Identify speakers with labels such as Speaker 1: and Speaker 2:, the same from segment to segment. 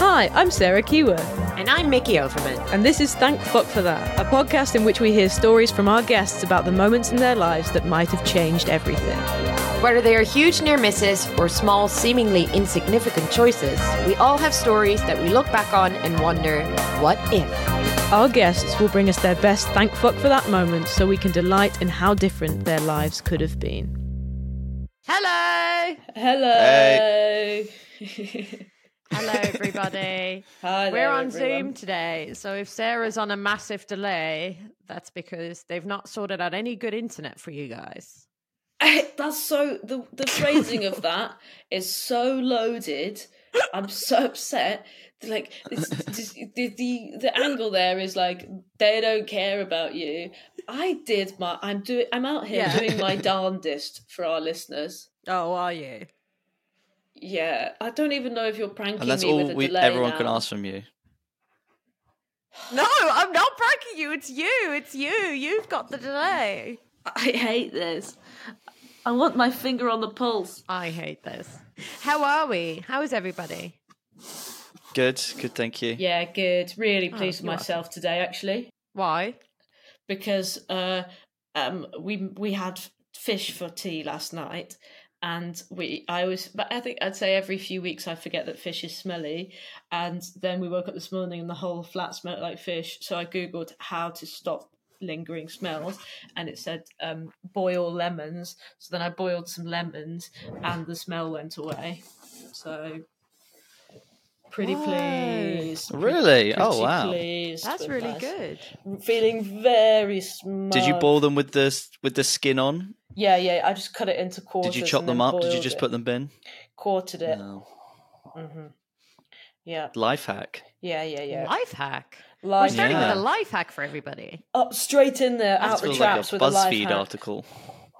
Speaker 1: Hi, I'm Sarah Keyworth,
Speaker 2: And I'm Mickey Overman.
Speaker 1: and this is Thank Fuck for That, a podcast in which we hear stories from our guests about the moments in their lives that might have changed everything.
Speaker 2: Whether they are huge near misses or small, seemingly insignificant choices, we all have stories that we look back on and wonder, what if?
Speaker 1: Our guests will bring us their best Thank Fuck for That moment so we can delight in how different their lives could have been.
Speaker 2: Hello!
Speaker 1: Hello.
Speaker 2: Hello, everybody.
Speaker 1: Hi
Speaker 2: We're on Zoom today, so if Sarah's on a massive delay, that's because they've not sorted out any good internet for you guys.
Speaker 3: Eh, That's so the the phrasing of that is so loaded. I'm so upset. Like it's, just, the, the the angle there is like they don't care about you. I did my. I'm doing. I'm out here
Speaker 2: Yeah.
Speaker 3: doing my darndest for our listeners.
Speaker 2: Oh, are you?
Speaker 3: Yeah, I don't even know if you're pranking
Speaker 4: And that's
Speaker 3: me with
Speaker 4: all
Speaker 3: a
Speaker 4: we,
Speaker 3: delay.
Speaker 4: everyone
Speaker 3: now.
Speaker 4: can ask from you.
Speaker 2: No, I'm not breaking you. It's you. It's you. You've got the delay.
Speaker 3: I hate this. I want my finger on the pulse.
Speaker 2: I hate this. How are we? How is everybody?
Speaker 4: Good, good, thank you.
Speaker 3: Yeah, good. Really
Speaker 2: Oh,
Speaker 3: pleased with
Speaker 2: you're
Speaker 3: myself today, actually.
Speaker 2: Why?
Speaker 3: because uh, um, we we had fish for tea last night, and we I was but I think I'd say every few weeks I forget that fish is smelly, and then we woke up this morning and the whole flat smelled like fish. So I googled how to stop lingering smells, and it said um, boil lemons. So then I boiled some lemons, and the smell went away. So. Pretty
Speaker 2: Whoa.
Speaker 3: pleased.
Speaker 4: Really? Oh,
Speaker 3: Pretty
Speaker 4: wow.
Speaker 3: pleased
Speaker 2: That's
Speaker 3: with
Speaker 2: really
Speaker 3: that
Speaker 2: good.
Speaker 3: feeling very smug.
Speaker 4: Did you boil them with the s- with the skin on?
Speaker 3: Yeah, yeah. I just cut it into quarters.
Speaker 4: Did you chop
Speaker 3: and
Speaker 4: them
Speaker 3: then
Speaker 4: up? Did you
Speaker 3: boiled
Speaker 4: just
Speaker 3: it.
Speaker 4: put them in?
Speaker 3: quartered it?
Speaker 4: No.
Speaker 3: Yeah,
Speaker 4: Life hack.
Speaker 3: yeah, yeah, yeah.
Speaker 2: Life hack. We're
Speaker 3: Life
Speaker 2: starting
Speaker 4: Yeah.
Speaker 3: hack.
Speaker 2: with a life hack for everybody.
Speaker 3: up straight in there, out
Speaker 4: That
Speaker 3: the
Speaker 4: feels
Speaker 3: traps
Speaker 4: like a
Speaker 3: with a life
Speaker 4: BuzzFeed
Speaker 3: hack.
Speaker 4: article.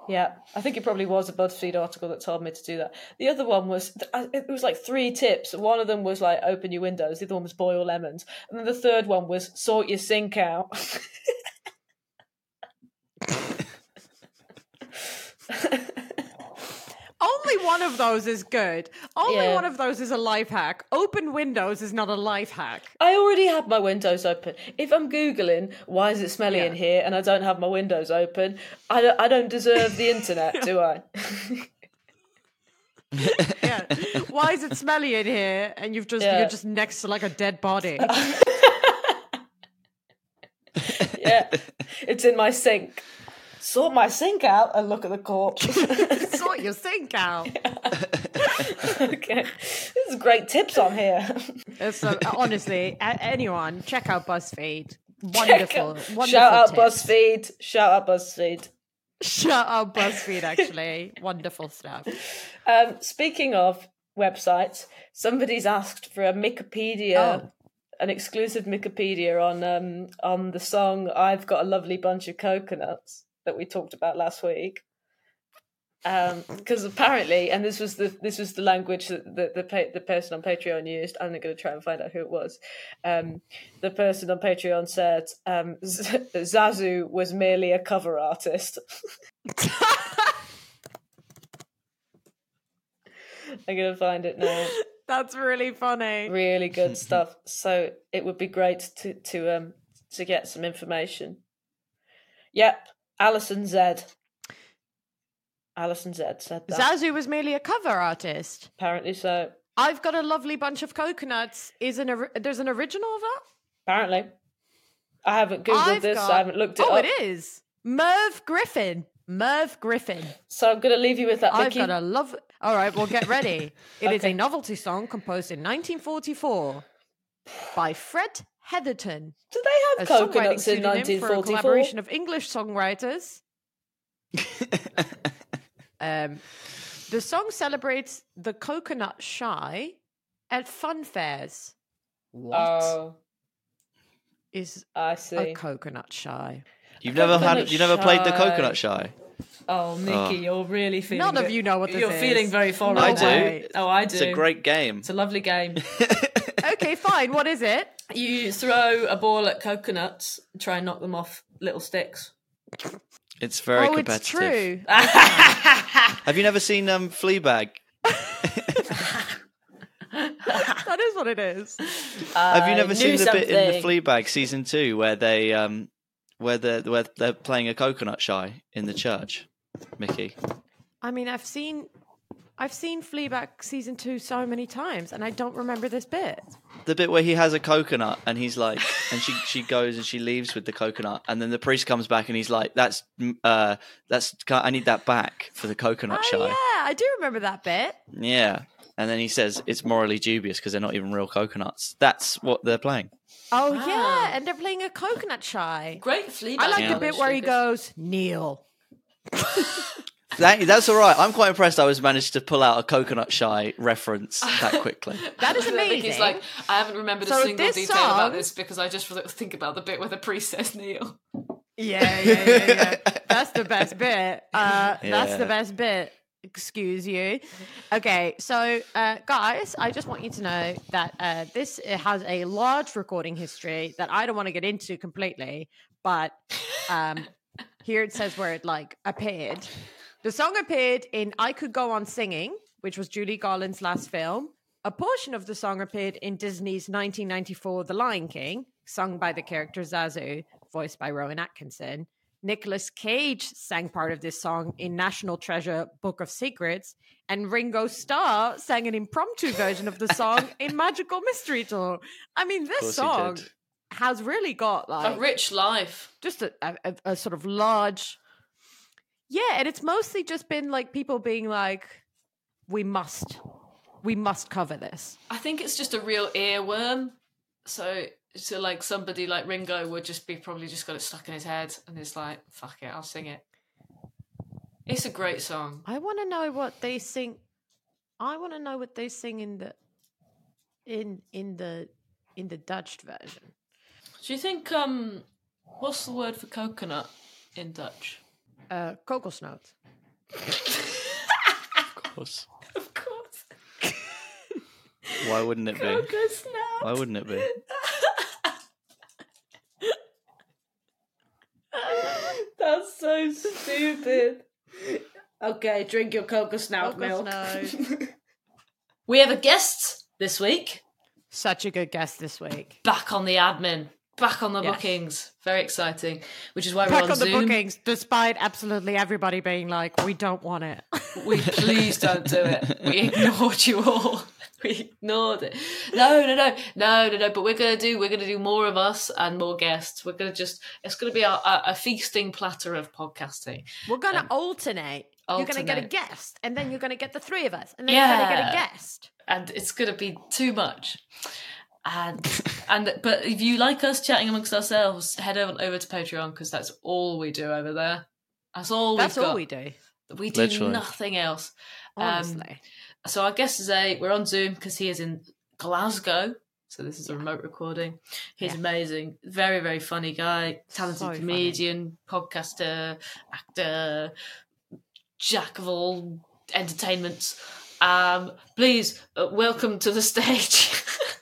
Speaker 3: Yeah, I think it probably was a BuzzFeed article that told me to do that. The other one was th- I- it was like three tips. One of them was like open your windows. The other one was boil lemons, and then the third one was sort your sink out.
Speaker 2: Only one of those is good. Only
Speaker 3: Yeah.
Speaker 2: one of those is a life hack. Open windows is not a life hack.
Speaker 3: I already have my windows open. If I'm googling why is it smelly
Speaker 2: Yeah.
Speaker 3: in here and I don't have my windows open, I don't, I don't deserve the internet, do I?
Speaker 2: Yeah. Why is it smelly in here? And you've just
Speaker 3: Yeah.
Speaker 2: you're just next to like a dead body.
Speaker 3: yeah, it's in my sink. Sort my sink out and look at the corpse.
Speaker 2: sort your sink out.
Speaker 3: okay, this is great tips on here.
Speaker 2: It's, uh, honestly, a- anyone check out BuzzFeed. Wonderful, wonderful.
Speaker 3: Shout out
Speaker 2: tips.
Speaker 3: BuzzFeed. Shout out BuzzFeed.
Speaker 2: Shout out BuzzFeed. Actually, wonderful stuff.
Speaker 3: Um, speaking of websites, somebody's asked for a Wikipedia,
Speaker 2: Oh.
Speaker 3: an exclusive Wikipedia on um, on the song "I've Got a Lovely Bunch of Coconuts." that we talked about last week. Um, because apparently, and this was the this was the language that the the, pa- the person on Patreon used. I'm going to try and find out who it was. Um, the person on Patreon said um, Z- Zazu was merely a cover artist. I'm going to find it now
Speaker 2: That's really funny.
Speaker 3: really good stuff. So it would be great to to um to get some information. Yep, Alison Z. Alison Z said that.
Speaker 2: Zazu was merely a cover artist.
Speaker 3: apparently so.
Speaker 2: I've got a lovely bunch of coconuts. Is an or- there's an original of that?
Speaker 3: Apparently, I haven't googled
Speaker 2: I've
Speaker 3: this.
Speaker 2: got-
Speaker 3: I haven't looked it
Speaker 2: oh,
Speaker 3: up.
Speaker 2: it is Merv Griffin. Merv Griffin.
Speaker 3: So I'm going to leave you with that.
Speaker 2: I've
Speaker 3: Vicky.
Speaker 2: got a love. All right, well, get ready. It is
Speaker 3: Okay.
Speaker 2: a novelty song composed in 1944 by Fred Heatherton,
Speaker 3: Do they
Speaker 2: a
Speaker 3: have
Speaker 2: songwriting
Speaker 3: coconuts in
Speaker 2: pseudonym for a
Speaker 3: 1944?
Speaker 2: collaboration of English songwriters. Um, the song celebrates the coconut shy at fun fairs. What
Speaker 3: Oh,
Speaker 2: is
Speaker 3: I see.
Speaker 2: a coconut shy?
Speaker 4: You've never had.
Speaker 3: Coconut
Speaker 4: You never played the
Speaker 3: Shy.
Speaker 4: coconut shy.
Speaker 3: Oh, Nikki,
Speaker 4: Oh.
Speaker 3: you're really feeling.
Speaker 2: None of
Speaker 3: it.
Speaker 2: you know what this
Speaker 3: You're
Speaker 2: is.
Speaker 3: feeling very foreign.
Speaker 4: I do.
Speaker 2: way.
Speaker 3: Oh, I do.
Speaker 4: It's a great game.
Speaker 3: It's a lovely game.
Speaker 2: Okay, fine. What is it?
Speaker 3: You throw a ball at coconuts, and try and knock them off little sticks.
Speaker 4: It's very
Speaker 2: oh,
Speaker 4: competitive.
Speaker 2: it's true.
Speaker 4: Have you never seen um, Fleabag?
Speaker 2: that is what it is.
Speaker 4: Have you never
Speaker 3: Uh, knew
Speaker 4: seen the bit in the
Speaker 3: something.
Speaker 4: Fleabag season two where they um, where they where they're playing a coconut shy in the church? Mickey,
Speaker 2: I mean, I've seen, I've seen Fleabag season two so many times, and I don't remember this bit.
Speaker 4: the bit where he has a coconut and he's like, and she she goes and she leaves with the coconut, and then the priest comes back and he's like, that's mm, uh, that's I need that back for the coconut
Speaker 2: Oh
Speaker 4: shy.
Speaker 2: yeah, I do remember that bit.
Speaker 4: Yeah. And then he says it's morally dubious because they're not even real coconuts. That's what they're playing.
Speaker 2: Oh yeah, and they're playing a coconut shy.
Speaker 3: Great Fleabag.
Speaker 2: I like the
Speaker 3: knowledge,
Speaker 2: bit where he
Speaker 3: Lucas.
Speaker 2: goes, Neil.
Speaker 4: That, that's all right. I'm quite impressed. I was managed to pull out a coconut shy reference that quickly.
Speaker 2: That is amazing.
Speaker 5: He's like, I haven't remembered
Speaker 2: So
Speaker 5: a single
Speaker 2: this
Speaker 5: detail
Speaker 2: song-
Speaker 5: about this because I just think about the bit where the priest says Neil.
Speaker 2: Yeah, yeah, yeah, yeah. That's the best bit. Uh, That's
Speaker 4: Yeah.
Speaker 2: the best bit. Excuse you. Okay, so uh, guys, I just want you to know that uh, this has a large recording history that I don't want to get into completely, but um, here it says where it like appeared. The song appeared in I Could Go On Singing, which was Julie Garland's last film. A portion of the song appeared in Disney's 1994 The Lion King, sung by the character Zazu, voiced by Rowan Atkinson. Nicolas Cage sang part of this song in National Treasure Book of Secrets, and Ringo Starr sang an impromptu version of the song in Magical Mystery Tour. I mean, this
Speaker 4: course he
Speaker 2: song
Speaker 4: did.
Speaker 2: has really got like
Speaker 5: A rich life.
Speaker 2: just a, a, a- a sort of large yeah and it's mostly just been like people being like we must we must cover this
Speaker 5: I think it's just a real earworm. So, so like somebody like Ringo would just be probably just got it stuck in his head and is like, fuck it, I'll sing it. It's a great song.
Speaker 2: i want to know what they sing i want to know what they sing in the in in the in the dutch version
Speaker 3: Do you think um, what's the word for coconut in Dutch?
Speaker 2: uh kokosnoot
Speaker 4: Of course.
Speaker 3: Of course,
Speaker 4: Why wouldn't it be?
Speaker 3: coconut.
Speaker 4: Why wouldn't it be?
Speaker 3: That's so stupid. okay, drink your coconut milk.
Speaker 2: Kokosnoot.
Speaker 3: We have a guest this week.
Speaker 2: such a good guest this week
Speaker 5: Back on the admin, back on the
Speaker 2: Yes.
Speaker 5: bookings. Very exciting, which is why we're
Speaker 2: back
Speaker 5: on,
Speaker 2: on the
Speaker 5: Zoom.
Speaker 2: bookings despite absolutely everybody being like we don't want it
Speaker 5: We please don't do it. We ignored you all. We ignored it. No, no, no, no, no, no. But we're gonna do. We're gonna do more of us and more guests. We're gonna just. It's gonna be a, a, a feasting platter of podcasting.
Speaker 2: We're gonna alternate. You're gonna get a
Speaker 5: alternate.
Speaker 2: guest, and then you're gonna get the three of us, and then you're gonna get
Speaker 5: Yeah.
Speaker 2: a guest.
Speaker 5: and it's going to be too much. And and but if you like us chatting amongst ourselves, head on over to Patreon because that's all we do over there. That's all.
Speaker 2: That's
Speaker 5: we've
Speaker 2: all
Speaker 5: got.
Speaker 2: we do.
Speaker 5: We do
Speaker 4: Literally.
Speaker 5: nothing else. Um,
Speaker 2: Honestly,
Speaker 5: So our guest today, we're on Zoom because he is in Glasgow, So this is a remote recording. He's amazing, very very funny guy, talented comedian, podcaster, actor, jack of all entertainments. Um, please uh, welcome to the stage.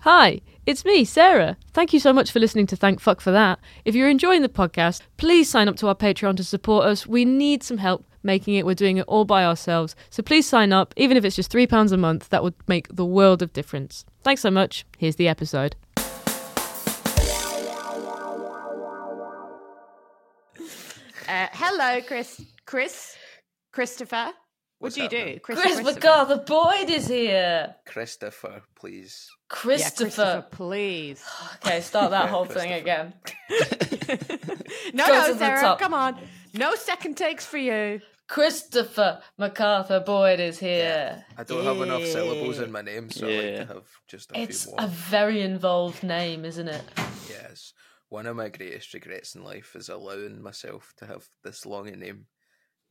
Speaker 6: Hi, it's me, Sarah. Thank you so much for listening to Thank Fuck for That. If you're enjoying the podcast, please sign up to our Patreon to support us. We need some help making it. We're doing it all by ourselves. So please sign up, even if it's just £3 a month. That would make the world of difference. Thanks so much. Here's the episode.
Speaker 2: Uh, hello, Chris. Chris. Christopher. What do you do? Chris,
Speaker 5: Chris MacArthur Boyd is here.
Speaker 7: Christopher, please.
Speaker 5: Christopher.
Speaker 2: Christopher, please.
Speaker 5: Okay, start that whole thing again.
Speaker 2: No,
Speaker 5: Go to
Speaker 2: no,
Speaker 5: the
Speaker 2: Sarah,
Speaker 5: top.
Speaker 2: come on. No second takes for you.
Speaker 5: Christopher MacArthur Boyd is here.
Speaker 7: I don't have enough syllables in my name, so I
Speaker 4: Yeah.
Speaker 7: like to have just a
Speaker 5: It's
Speaker 7: few
Speaker 5: a
Speaker 7: more.
Speaker 5: very involved name, isn't it?
Speaker 7: Yes. One of my greatest regrets in life is allowing myself to have this long a name.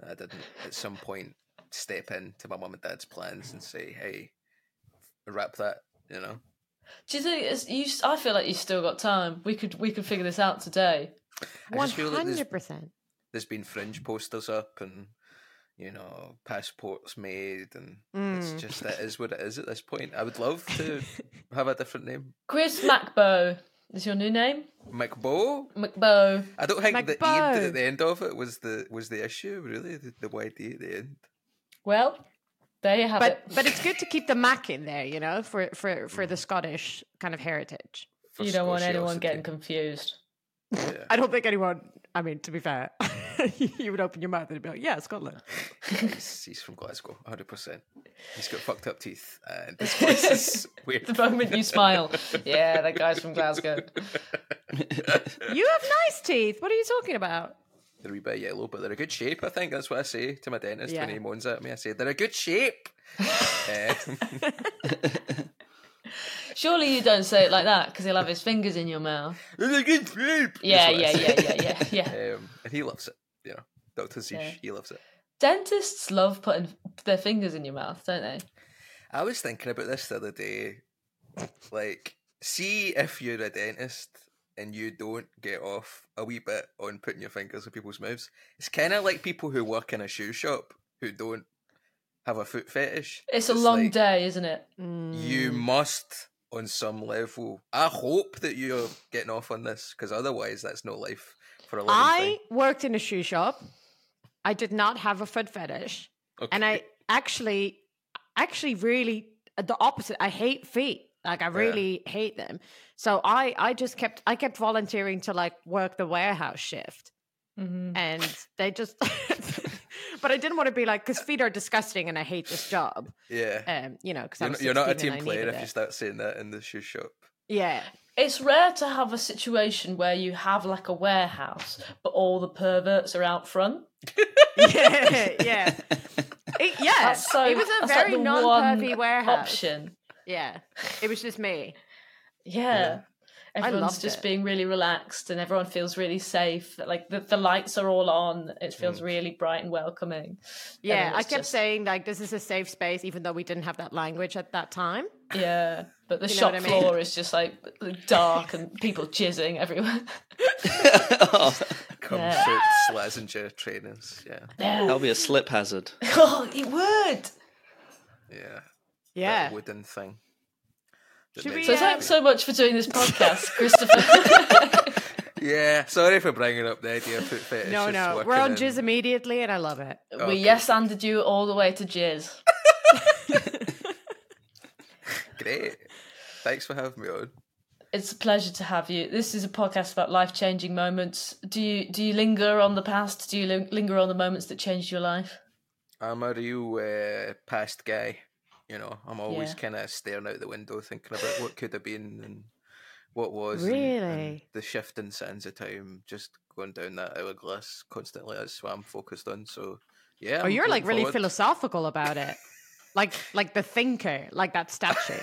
Speaker 7: I didn't at some point step in to my mum and dad's plans and say, hey, wrap that, you know?
Speaker 5: Do you think it's, you? I feel like you still got time. We could we could figure this out today.
Speaker 7: I
Speaker 2: One
Speaker 7: just feel like there's-
Speaker 2: hundred percent.
Speaker 7: There's been fringe posters up and, you know, passports made, and
Speaker 5: Hmm.
Speaker 7: it's just, that is what it is at this point. I would love to have a different name.
Speaker 5: Chris MacBo is your new name.
Speaker 7: McBo?
Speaker 5: MacBo.
Speaker 7: I don't think the
Speaker 2: McBo.
Speaker 7: E at the end of it was the was the issue really the, the YD at the end.
Speaker 5: Well, there you have
Speaker 2: But
Speaker 5: it.
Speaker 2: but it's good to keep the Mac in there, you know, for for for the Scottish kind of heritage.
Speaker 7: for
Speaker 5: you don't want anyone
Speaker 7: Scotiosity.
Speaker 5: getting confused.
Speaker 2: I don't think anyone. I mean, to be fair, you would open your mouth and be like, "Yeah, Scotland."
Speaker 7: He's, he's from Glasgow, hundred percent. He's got fucked up teeth, and this place is weird.
Speaker 5: The moment you smile, yeah, that guy's from Glasgow.
Speaker 2: You have nice teeth. What are you talking about?
Speaker 7: They're a wee bit yellow, but they're a good shape. I think that's what I say to my dentist when
Speaker 2: Yeah.
Speaker 7: he moans at me. I say they're a good shape. um,
Speaker 5: Surely you don't say it like that because he'll have his fingers in your mouth.
Speaker 7: they're a good shape. is
Speaker 5: Yeah,
Speaker 7: what I
Speaker 5: yeah,
Speaker 7: say.
Speaker 5: yeah, yeah, yeah, yeah.
Speaker 7: Um, and he loves it. You know, Doctor Zeesh,
Speaker 5: Yeah.
Speaker 7: he loves it.
Speaker 5: Dentists love putting their fingers in your mouth, don't they?
Speaker 7: I was thinking about this the other day. Like, see if you're a dentist and you don't get off a wee bit on putting your fingers in people's mouths. It's kind of like people who work in a shoe shop who don't have a foot fetish.
Speaker 5: It's a long
Speaker 7: like,
Speaker 5: day, isn't it?
Speaker 7: You
Speaker 2: Mm.
Speaker 7: must, on some level, I hope that you're getting off on this because otherwise, that's no life for a living
Speaker 2: I
Speaker 7: thing.
Speaker 2: worked in a shoe shop. I did not have a foot fetish, and I actually, actually, really the opposite. I hate feet. Like I really hate them. So I, I just kept, I kept volunteering to like work the warehouse shift,
Speaker 5: Mm-hmm.
Speaker 2: and they just. But I didn't want to be like because feet are disgusting and I hate this job.
Speaker 7: Yeah.
Speaker 2: Um, you know, because
Speaker 7: you're, not, you're not a team player
Speaker 2: player
Speaker 7: if you start saying that in the shoe shop.
Speaker 2: Yeah,
Speaker 5: It's rare to have a situation where you have like a warehouse, but all the perverts are out front.
Speaker 2: yeah, yeah, It- yeah.
Speaker 5: That's so.
Speaker 2: it was a
Speaker 5: that's
Speaker 2: very
Speaker 5: like the one
Speaker 2: non-pervy warehouse.
Speaker 5: option.
Speaker 2: Yeah, it was just me.
Speaker 5: Yeah. Everyone's
Speaker 2: loved
Speaker 5: just
Speaker 2: it.
Speaker 5: being really relaxed and everyone feels really safe. Like the, the lights are all on. It feels
Speaker 7: Mm.
Speaker 5: really bright and welcoming.
Speaker 2: Yeah,
Speaker 5: then
Speaker 2: I
Speaker 5: it's
Speaker 2: kept
Speaker 5: just-
Speaker 2: saying like this is a safe space, even though we didn't have that language at that time.
Speaker 5: Yeah. But the
Speaker 2: You know
Speaker 5: shop
Speaker 2: what I mean?
Speaker 5: floor is just like dark and people jizzing everywhere.
Speaker 4: Oh,
Speaker 7: Come
Speaker 5: Yeah.
Speaker 7: suits, Slazenger trainers. Yeah.
Speaker 5: Yeah.
Speaker 4: That'll be a slip hazard.
Speaker 5: Oh, it would.
Speaker 7: Yeah.
Speaker 2: Yeah,
Speaker 7: that wooden thing. that
Speaker 2: Should
Speaker 7: makes
Speaker 2: we,
Speaker 7: it
Speaker 5: So
Speaker 2: uh,
Speaker 5: thanks so much for doing this podcast, Christopher.
Speaker 4: Yeah, sorry for bringing up the idea of foot fetish.
Speaker 2: No,
Speaker 4: It's
Speaker 2: no,
Speaker 4: working
Speaker 2: we're on
Speaker 4: in.
Speaker 2: jizz immediately, and I love it.
Speaker 5: We yes anded you all the way to jizz.
Speaker 4: Great. Thanks for having me on.
Speaker 5: It's a pleasure to have you. This is a podcast about life changing moments. Do you do you linger on the past? Do you lin- linger on the moments that changed your life?
Speaker 4: I'm a real uh, past guy. You know, I'm always
Speaker 5: Yeah.
Speaker 4: kind of staring out the window, thinking about what could have been and what was. and- and
Speaker 2: Really?
Speaker 4: the shifting sands of time, just going down that hourglass constantly. That's what I'm focused on. So, yeah.
Speaker 2: oh,
Speaker 4: I'm
Speaker 2: you're like
Speaker 4: looking
Speaker 2: really
Speaker 4: forward.
Speaker 2: philosophical about it, like like the thinker, like that statue.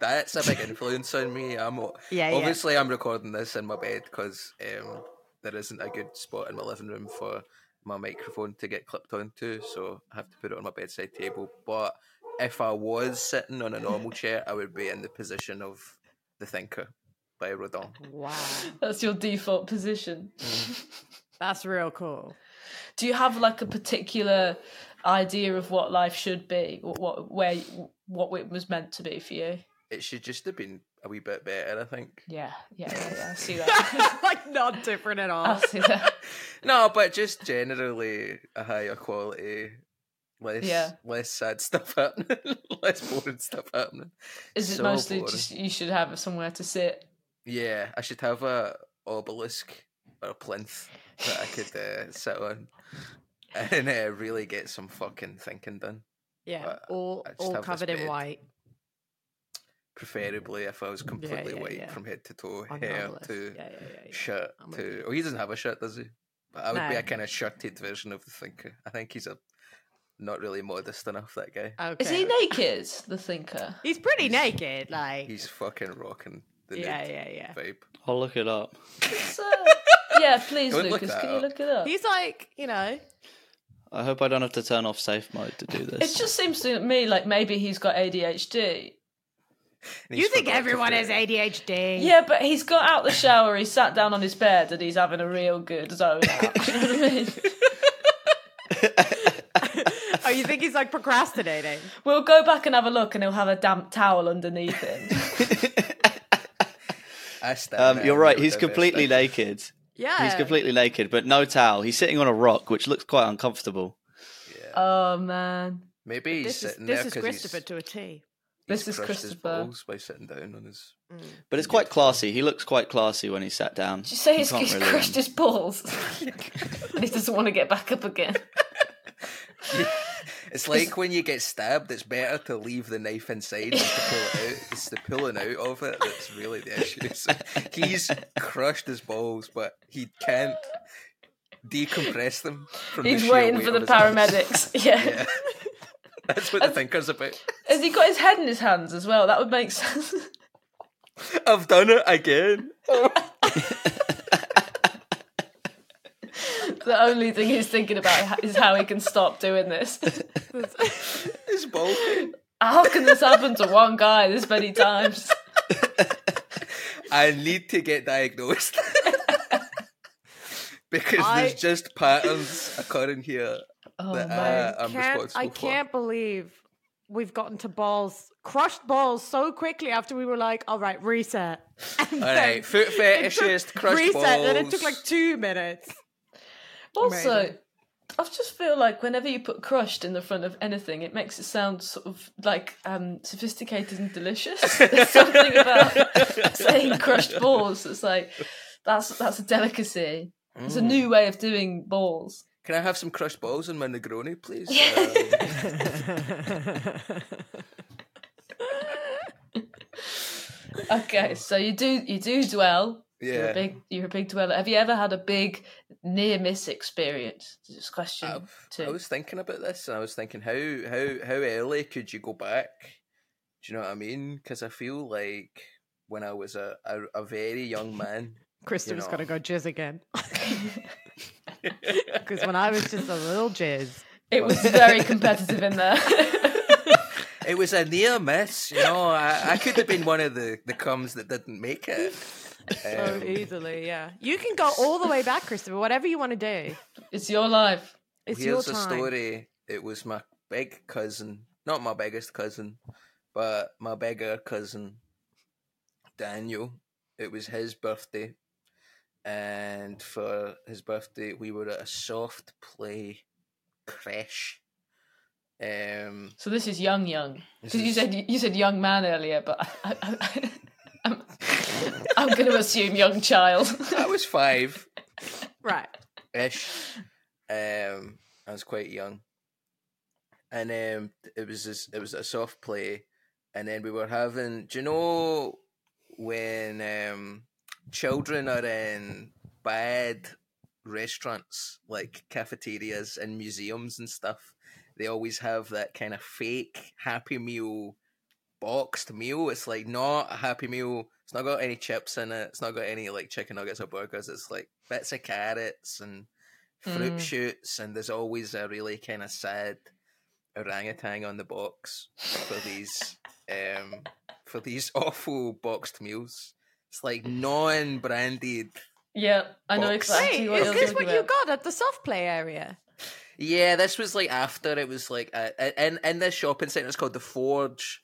Speaker 4: That's a big influence on me. I'm o-
Speaker 2: Yeah, yeah.
Speaker 4: obviously I'm recording this in my bed because um, there isn't a good spot in my living room for my microphone to get clipped onto, so I have to put it on my bedside table. But if I was sitting on a normal chair, I would be in the position of the thinker by Rodin.
Speaker 2: Wow,
Speaker 5: that's your default position.
Speaker 4: Mm.
Speaker 2: That's real cool.
Speaker 5: Do you have like a particular idea of what life should be, or what where what it was meant to be for you?
Speaker 4: It should just have been a wee bit better, I think.
Speaker 5: Yeah, yeah, yeah. yeah I see that.
Speaker 2: like not different at all.
Speaker 5: I see that.
Speaker 4: No, but just generally a higher quality, less
Speaker 5: Yeah.
Speaker 4: less sad stuff happening, less boring stuff happening.
Speaker 5: Is it
Speaker 4: So
Speaker 5: mostly
Speaker 4: boring.
Speaker 5: just you should have somewhere to sit?
Speaker 4: Yeah, I should have a obelisk or a plinth that I could uh, sit on and uh, really get some fucking thinking done.
Speaker 2: Yeah,
Speaker 4: But
Speaker 2: all
Speaker 4: Uh, I just
Speaker 2: all
Speaker 4: have this
Speaker 2: covered in
Speaker 4: bed.
Speaker 2: white.
Speaker 4: Preferably if I was completely
Speaker 2: yeah,
Speaker 4: white
Speaker 2: yeah.
Speaker 4: from head to toe,
Speaker 2: On
Speaker 4: hair
Speaker 2: obelisk.
Speaker 4: to
Speaker 2: Yeah, yeah, yeah, yeah.
Speaker 4: shirt
Speaker 2: I'm with
Speaker 4: to.
Speaker 2: you.
Speaker 4: Oh, he doesn't have a shirt, does he? But I would be
Speaker 2: No.
Speaker 4: a kind of shirted version of the thinker. I think he's a not really modest enough that guy.
Speaker 2: Okay.
Speaker 5: Is he naked? The thinker.
Speaker 2: He's pretty naked, like
Speaker 4: He's fucking rocking the
Speaker 2: yeah,
Speaker 4: nude
Speaker 2: yeah, yeah.
Speaker 4: vibe.
Speaker 3: I'll look it up.
Speaker 5: So, yeah, please,
Speaker 4: Don't look
Speaker 5: Lucas.
Speaker 4: that
Speaker 5: Can you
Speaker 4: up.
Speaker 5: look it up?
Speaker 2: He's like you know,
Speaker 3: I hope I don't have to turn off safe mode to do
Speaker 5: It
Speaker 3: this.
Speaker 5: just seems to me like maybe he's got ADHD.
Speaker 4: And
Speaker 2: you
Speaker 4: he's
Speaker 2: think
Speaker 4: forgot to
Speaker 2: everyone
Speaker 4: put-
Speaker 2: has ADHD.
Speaker 5: Yeah, but he's got out the shower, he sat down on his bed, and he's having a real good zone out. Do you know what I mean?
Speaker 2: oh, you think he's like procrastinating?
Speaker 5: We'll go back and have a look, and he'll have a damp towel underneath him.
Speaker 4: I stand
Speaker 3: Um,
Speaker 4: out
Speaker 3: you're
Speaker 4: and
Speaker 3: right.
Speaker 4: you're
Speaker 3: He's
Speaker 4: the best
Speaker 3: completely
Speaker 4: thinker.
Speaker 3: naked.
Speaker 2: Yeah.
Speaker 5: Oh.
Speaker 3: He's completely naked, but no towel. He's sitting on a rock, which looks quite uncomfortable.
Speaker 5: Oh man,
Speaker 4: Maybe he's
Speaker 2: This is
Speaker 4: sitting
Speaker 2: this
Speaker 4: there
Speaker 2: is
Speaker 4: 'cause
Speaker 2: Christopher
Speaker 4: he's,
Speaker 2: to a T.
Speaker 5: this
Speaker 4: he's
Speaker 5: is
Speaker 4: crushed his
Speaker 5: Christopher.
Speaker 4: balls by sitting down on his.
Speaker 3: But it's quite classy. He looks quite classy when he's sat down.
Speaker 5: Did you say
Speaker 3: He
Speaker 5: he's,
Speaker 3: can't
Speaker 5: he's
Speaker 3: really, um,
Speaker 5: crushed his balls? and he doesn't want to get back up again.
Speaker 4: It's like when you get stabbed. It's better to leave the knife inside than to pull it out. It's the pulling out of it that's really the issue. So he's crushed his balls, but he can't decompress them. From the
Speaker 5: He's
Speaker 4: sheer
Speaker 5: waiting
Speaker 4: weight
Speaker 5: for
Speaker 4: of
Speaker 5: the
Speaker 4: his arms.
Speaker 5: paramedics. Yeah.
Speaker 4: Yeah. That's what the thinker's about.
Speaker 5: Has he got his head in his hands as well? That would make sense.
Speaker 4: I've done it again.
Speaker 5: the only thing he's thinking about is how he can stop doing this.
Speaker 4: His ball.
Speaker 5: How can this happen to one guy this many times?
Speaker 4: I need to get diagnosed. because
Speaker 2: I-
Speaker 4: there's just patterns occurring here
Speaker 5: Oh
Speaker 4: that
Speaker 5: man.
Speaker 4: I, am
Speaker 2: can't,
Speaker 4: Uh, responsible
Speaker 2: I
Speaker 4: for.
Speaker 2: can't believe we've gotten to balls, crushed balls so quickly after we were like, all right, reset. And
Speaker 4: All right, foot
Speaker 2: it took-
Speaker 4: fetishist, crushed
Speaker 2: reset,
Speaker 4: balls.
Speaker 2: and it took like two minutes.
Speaker 5: Also,
Speaker 2: Amazing.
Speaker 5: I just feel like whenever you put crushed in the front of anything, it makes it sound sort of like um, sophisticated and delicious. There's something about saying crushed balls that's like that's that's a delicacy. It's a new way of doing balls.
Speaker 4: Can I have some crushed balls in my Negroni, please? Um,
Speaker 5: Okay, so you do you do dwell. You're
Speaker 4: Oh.
Speaker 5: a
Speaker 4: Yeah.
Speaker 5: big you're a big dweller. Have you ever had a big near miss experience? This is question two.
Speaker 4: I was thinking about this, and I was thinking how how how early could you go back? Do you know what I mean? Because I feel like when I was a a, a very young man,
Speaker 2: Christopher's
Speaker 4: know.
Speaker 2: got to go jizz again. Because when I was just a little jizz,
Speaker 5: It was very competitive in there.
Speaker 4: it was a near miss. You know, I, I could have been one of the the cums that didn't make it.
Speaker 2: so
Speaker 4: Um,
Speaker 2: easily, yeah. You can go all the way back, Christopher, whatever you want to do.
Speaker 5: it's your life.
Speaker 2: It's
Speaker 4: Here's
Speaker 2: your
Speaker 4: a
Speaker 2: time.
Speaker 4: story. It was my big cousin, not my biggest cousin, but my bigger cousin, Daniel. It was his birthday,
Speaker 5: and for his birthday we were at a soft play crash. Um,
Speaker 3: So this is young, young.
Speaker 5: This
Speaker 3: Because you
Speaker 5: is-
Speaker 3: said you said young man earlier, but I, I, I, I'm, I'm going to assume young child.
Speaker 5: I was five
Speaker 2: Right.
Speaker 5: ish. Um, I was quite young, and um, it was this, it was a soft play, and then we were having. Do you know when um, children are in bad restaurants like cafeterias and museums and stuff? They always have that kind of fake Happy Meal boxed meal. It's like not a happy meal. It's not got any chips in it. It's not got any like chicken nuggets or burgers. It's like bits of carrots and fruit
Speaker 8: Mm.
Speaker 5: shoots, and there's always a really kind of sad orangutan on the box for these um for these awful boxed meals. It's like non-branded.
Speaker 3: Yeah, I know
Speaker 5: Box.
Speaker 3: exactly
Speaker 5: Wait,
Speaker 3: what
Speaker 5: is
Speaker 3: you're
Speaker 5: this
Speaker 3: talking
Speaker 2: What
Speaker 3: about.
Speaker 2: you got at the soft play area?
Speaker 5: Yeah, this was like after it was like uh, in in this shopping centre. It's called the Forge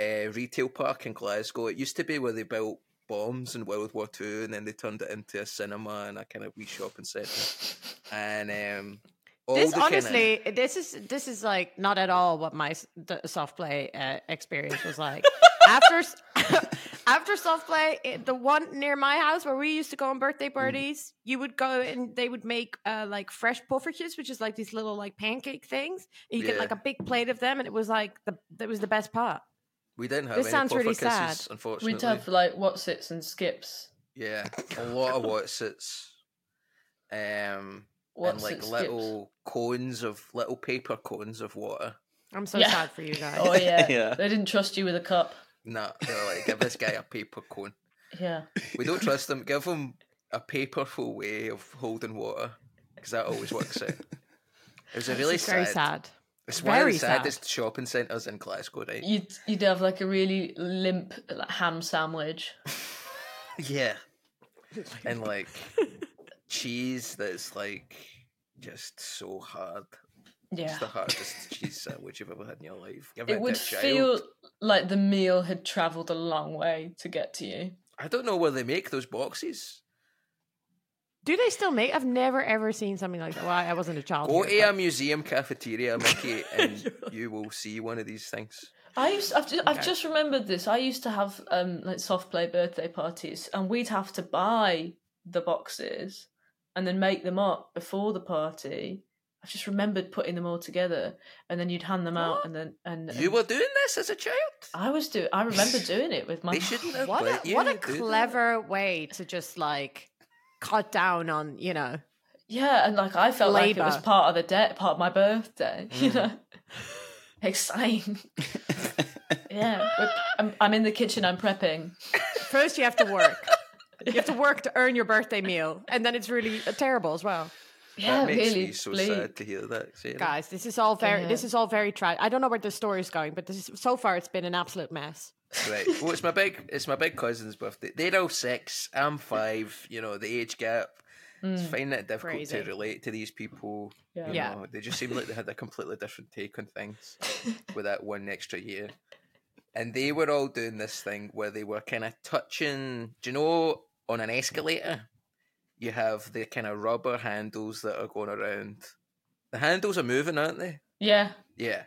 Speaker 5: uh, Retail Park in Glasgow. It used to be where they built bombs in World War Two, and then they turned it into a cinema and a kind of wee shopping centre. And um, all
Speaker 2: this
Speaker 5: the kinda-
Speaker 2: honestly, this is this is like not at all what my s- the soft play uh, experience was like. after s- after soft play, it, the one near my house where we used to go on birthday parties, you would go and they would make uh, like fresh puffertjes, which is like these little like pancake things. And you get
Speaker 5: Yeah.
Speaker 2: like a big plate of them, and it was like the that was the best part.
Speaker 5: we didn't have
Speaker 2: this
Speaker 5: any
Speaker 2: sounds
Speaker 5: puffer
Speaker 2: really
Speaker 5: kisses,
Speaker 2: sad.
Speaker 5: Unfortunately,
Speaker 3: We'd have like Watsits and Skips.
Speaker 5: Yeah, a lot of Watsits. Um, and
Speaker 3: Watsits
Speaker 5: like
Speaker 3: skips.
Speaker 5: little cones of little paper cones of water.
Speaker 2: I'm so
Speaker 3: Yeah.
Speaker 2: sad for you guys.
Speaker 3: Oh yeah.
Speaker 5: Yeah.
Speaker 3: they didn't trust you with a cup.
Speaker 5: Nah, they were like, give this guy a paper cone.
Speaker 3: Yeah,
Speaker 5: We don't trust them. Give them a paperful way of holding water because that always works out. It was a really
Speaker 2: It's very sad.
Speaker 5: It's one of
Speaker 3: Very
Speaker 5: the
Speaker 3: sad.
Speaker 5: saddest shopping centres in Glasgow, right?
Speaker 3: you'd you'd have like a really limp like, ham sandwich.
Speaker 5: Yeah. And like cheese that's like just so hard.
Speaker 3: Yeah.
Speaker 5: It's the hardest cheese sandwich you've ever had in your life. Give
Speaker 3: it
Speaker 5: to
Speaker 3: would
Speaker 5: a child.
Speaker 3: feel like the meal had travelled a long way to get to you.
Speaker 5: I don't know where they make those boxes.
Speaker 2: Do they still make? I've never ever seen something like that. Well, I wasn't a child.
Speaker 5: Go
Speaker 2: here,
Speaker 5: to
Speaker 2: but-
Speaker 5: a museum cafeteria, Mickey, and you will see one of these things.
Speaker 3: I used I've just, I've
Speaker 5: Okay.
Speaker 3: just remembered this. I used to have um like soft play birthday parties and we'd have to buy the boxes and then make them up before the party. I've just remembered putting them all together and then you'd hand them out and then and,
Speaker 5: You
Speaker 3: and-
Speaker 5: were doing this as a child.
Speaker 3: I was doing I remember doing it with my
Speaker 5: They shouldn't have
Speaker 2: What
Speaker 5: let
Speaker 2: a, what
Speaker 5: you
Speaker 2: a
Speaker 5: do that.
Speaker 2: clever way to just like cut down on, you know.
Speaker 3: Yeah, and like I felt like it was
Speaker 2: Labour.
Speaker 3: part of the debt, part of my birthday. You
Speaker 5: Hmm.
Speaker 3: know, exciting. yeah, we're- I'm, I'm in the kitchen. I'm prepping.
Speaker 2: First, you have to work. You have to work to earn your birthday meal, and then it's really uh, terrible as well.
Speaker 5: that makes me so sad to hear that. Sarah.
Speaker 2: Guys, this is all very
Speaker 5: Yeah.
Speaker 2: this is all very tragic. I don't know where the story is going, but this is, so far it's been an absolute mess.
Speaker 5: Right. Well, it's my big, it's my big cousin's birthday. They're all six. I'm five. You know the age gap. It's
Speaker 2: Mm.
Speaker 5: finding it difficult
Speaker 2: Crazy.
Speaker 5: to relate to these people.
Speaker 2: Yeah.
Speaker 5: You
Speaker 2: Yeah.
Speaker 5: know, they just seem like they had a completely different take on things with that one extra year. And they were all doing this thing where they were kind of touching. Do you know on an escalator, you have the kind of rubber handles that are going around. The handles are moving, aren't they?
Speaker 3: Yeah,
Speaker 5: Yeah.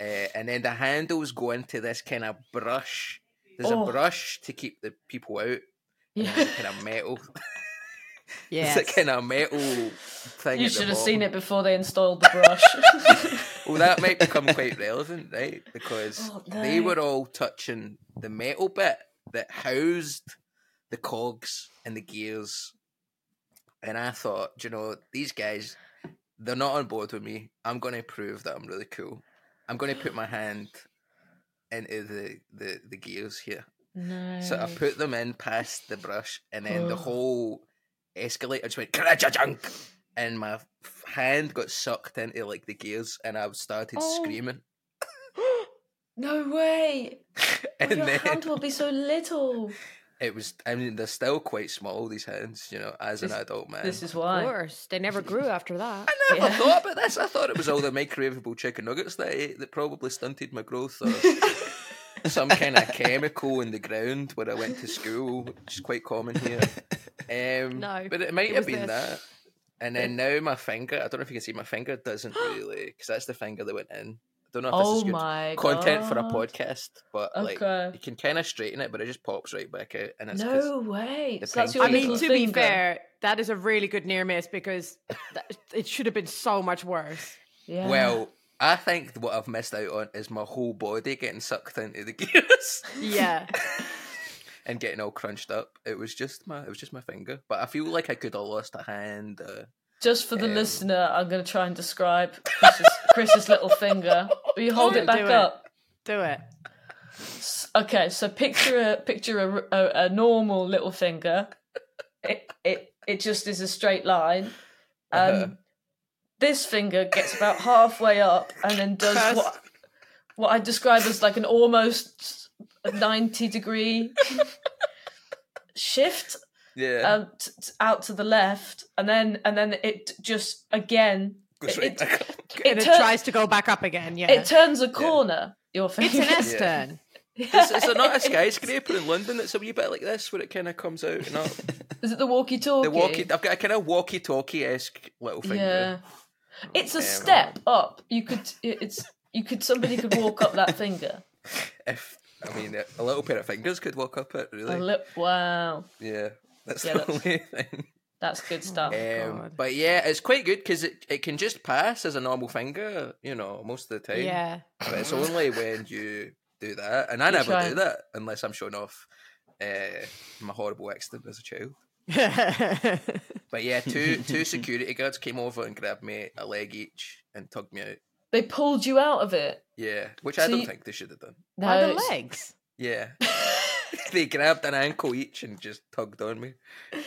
Speaker 5: Uh, and then the handles go into this kind of brush. There's
Speaker 3: Oh.
Speaker 5: a brush to keep the people out. Yeah. Kind of metal. It's a
Speaker 3: Yes.
Speaker 5: kind of metal thing.
Speaker 3: you
Speaker 5: at the
Speaker 3: should have
Speaker 5: bottom.
Speaker 3: seen it before they installed the brush.
Speaker 5: Well, that might become quite relevant, right? Because
Speaker 3: Oh,
Speaker 5: they
Speaker 3: no.
Speaker 5: were all touching the metal bit that housed the cogs and the gears. And I thought, "Do you know, these guys, they're not on board with me. I'm going to prove that I'm really cool. I'm going to put my hand into the, the, the gears here.
Speaker 3: no.
Speaker 5: So I put them in past the brush, and then the
Speaker 3: Oh.
Speaker 5: whole escalator just went junk, and my f- hand got sucked into like the gears, and I started
Speaker 3: Oh.
Speaker 5: screaming.
Speaker 3: no way. Oh,
Speaker 5: And
Speaker 3: your
Speaker 5: then-
Speaker 3: hand will be so little.
Speaker 5: It was, I mean, they're still quite small these hands, you know, as an adult man.
Speaker 2: Of course, they never grew after that.
Speaker 5: I never thought about this. I thought it was all the microwavable chicken nuggets that I ate that probably stunted my growth, or some kind of chemical in the ground where I went to school, which is quite common here. Um,
Speaker 2: No,
Speaker 5: but it
Speaker 2: it
Speaker 5: might
Speaker 2: was
Speaker 5: have been that.
Speaker 2: this.
Speaker 5: And then now my finger, I don't know if you can see, my finger doesn't really, because that's the finger that went in. I don't know if this
Speaker 3: Oh
Speaker 5: is good
Speaker 3: my
Speaker 5: content for a
Speaker 3: God.
Speaker 5: podcast, but
Speaker 3: Okay.
Speaker 5: like you can kind of straighten it, but it just pops right back out. And it's 'cause
Speaker 3: No way.
Speaker 5: the
Speaker 3: So that's
Speaker 5: pain
Speaker 3: your
Speaker 5: came
Speaker 2: I mean,
Speaker 5: out.
Speaker 2: to be fair, that is a really good near miss because that, it should have been so much worse.
Speaker 3: Yeah.
Speaker 5: Well, I think what I've missed out on is my whole body getting sucked into the gears
Speaker 2: yeah.
Speaker 5: and getting all crunched up. It was just my, it was just my finger. But I feel like I could have lost a hand. Uh,
Speaker 3: Just for the
Speaker 5: Um,
Speaker 3: listener, I'm going to try and describe Chris's, Chris's little finger. Will you hold
Speaker 2: Do
Speaker 3: it back
Speaker 2: it.
Speaker 3: up?
Speaker 2: Do it.
Speaker 3: S- Okay, so picture a picture a, a, a normal little finger. It it it just is a straight line. Um,
Speaker 5: Uh-huh.
Speaker 3: This finger gets about halfway up and then does
Speaker 5: Chris.
Speaker 3: what what I describe as like an almost ninety degree shift
Speaker 5: yeah,
Speaker 3: um, t- t- out to the left, and then and then it just again
Speaker 5: goes
Speaker 3: it-
Speaker 5: right
Speaker 3: it-
Speaker 5: back up.
Speaker 2: and it
Speaker 3: turn-
Speaker 2: tries to go back up again. Yeah.
Speaker 3: it turns a corner. Your
Speaker 2: it's
Speaker 3: finger.
Speaker 2: an S
Speaker 5: Yeah.
Speaker 2: turn.
Speaker 5: Is, is there not a skyscraper in London that's a wee bit like this, where it kind of comes out and up?
Speaker 3: Is it the walkie-talkie?
Speaker 5: The walkie, I've got a kind of walkie-talkie esque little finger.
Speaker 3: Yeah, it's a
Speaker 5: Um,
Speaker 3: step up. You could. it- It's you could. Somebody could walk up that finger.
Speaker 5: If I mean, a- a little pair of fingers could walk up it,
Speaker 3: A
Speaker 5: really.
Speaker 3: li- wow,
Speaker 5: yeah, that's
Speaker 3: Yeah,
Speaker 5: the
Speaker 3: that's-
Speaker 5: only thing.
Speaker 3: that's good stuff.
Speaker 5: Um, but yeah, it's quite good because it, it can just pass as a normal finger, you know, most of the time.
Speaker 2: Yeah.
Speaker 5: But it's only when you do that, and I never
Speaker 3: try.
Speaker 5: do that unless I'm showing off uh, my horrible accident as a child. But yeah, two two security guards came over and grabbed me a leg each and tugged me out.
Speaker 3: They pulled you out of it.
Speaker 5: Yeah, which
Speaker 3: So
Speaker 5: I don't
Speaker 3: you-
Speaker 5: think they should have done.
Speaker 2: By the
Speaker 3: it's-
Speaker 2: legs.
Speaker 5: Yeah. they grabbed an ankle each and just tugged on me.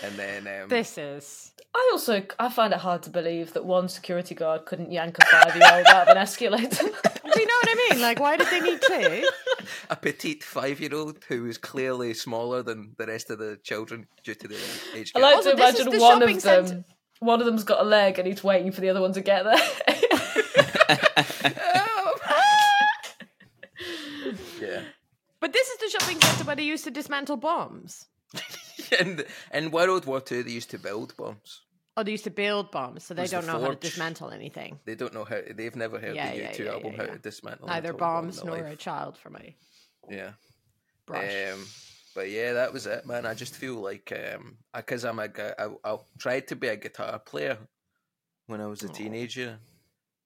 Speaker 5: And then um
Speaker 2: This is.
Speaker 3: I also I find it hard to believe that one security guard couldn't yank a five-year-old out of an escalator.
Speaker 2: Do you know what I mean? Like, why did they need two?
Speaker 5: a petite five year old who was clearly smaller than the rest of the children due to the age
Speaker 3: I
Speaker 5: gap.
Speaker 3: like
Speaker 2: Also,
Speaker 3: to
Speaker 2: this is
Speaker 3: imagine
Speaker 2: the
Speaker 3: one
Speaker 2: shopping
Speaker 3: of them.
Speaker 2: centre.
Speaker 3: One of them's got a leg, and he's waiting for the other one to get there.
Speaker 5: yeah.
Speaker 2: But this is the shopping center where they used to dismantle bombs.
Speaker 5: And in World War Two they used to build bombs.
Speaker 2: Oh, they used to build bombs, so they
Speaker 5: Was the
Speaker 2: don't know how to
Speaker 5: forge.
Speaker 2: dismantle anything.
Speaker 5: They don't know how they've never heard
Speaker 2: Yeah,
Speaker 5: the
Speaker 2: yeah,
Speaker 5: U2
Speaker 2: yeah,
Speaker 5: album
Speaker 2: yeah,
Speaker 5: How
Speaker 2: yeah.
Speaker 5: to Dismantle. an
Speaker 2: Neither
Speaker 5: Atomic Bomb
Speaker 2: bombs
Speaker 5: in Their
Speaker 2: nor a
Speaker 5: Life.
Speaker 2: child from a
Speaker 5: Yeah.
Speaker 2: brush.
Speaker 5: Um, but yeah, that was it, man. I just feel like um, because I'm a gu- I, I tried to be a guitar player when I was a teenager,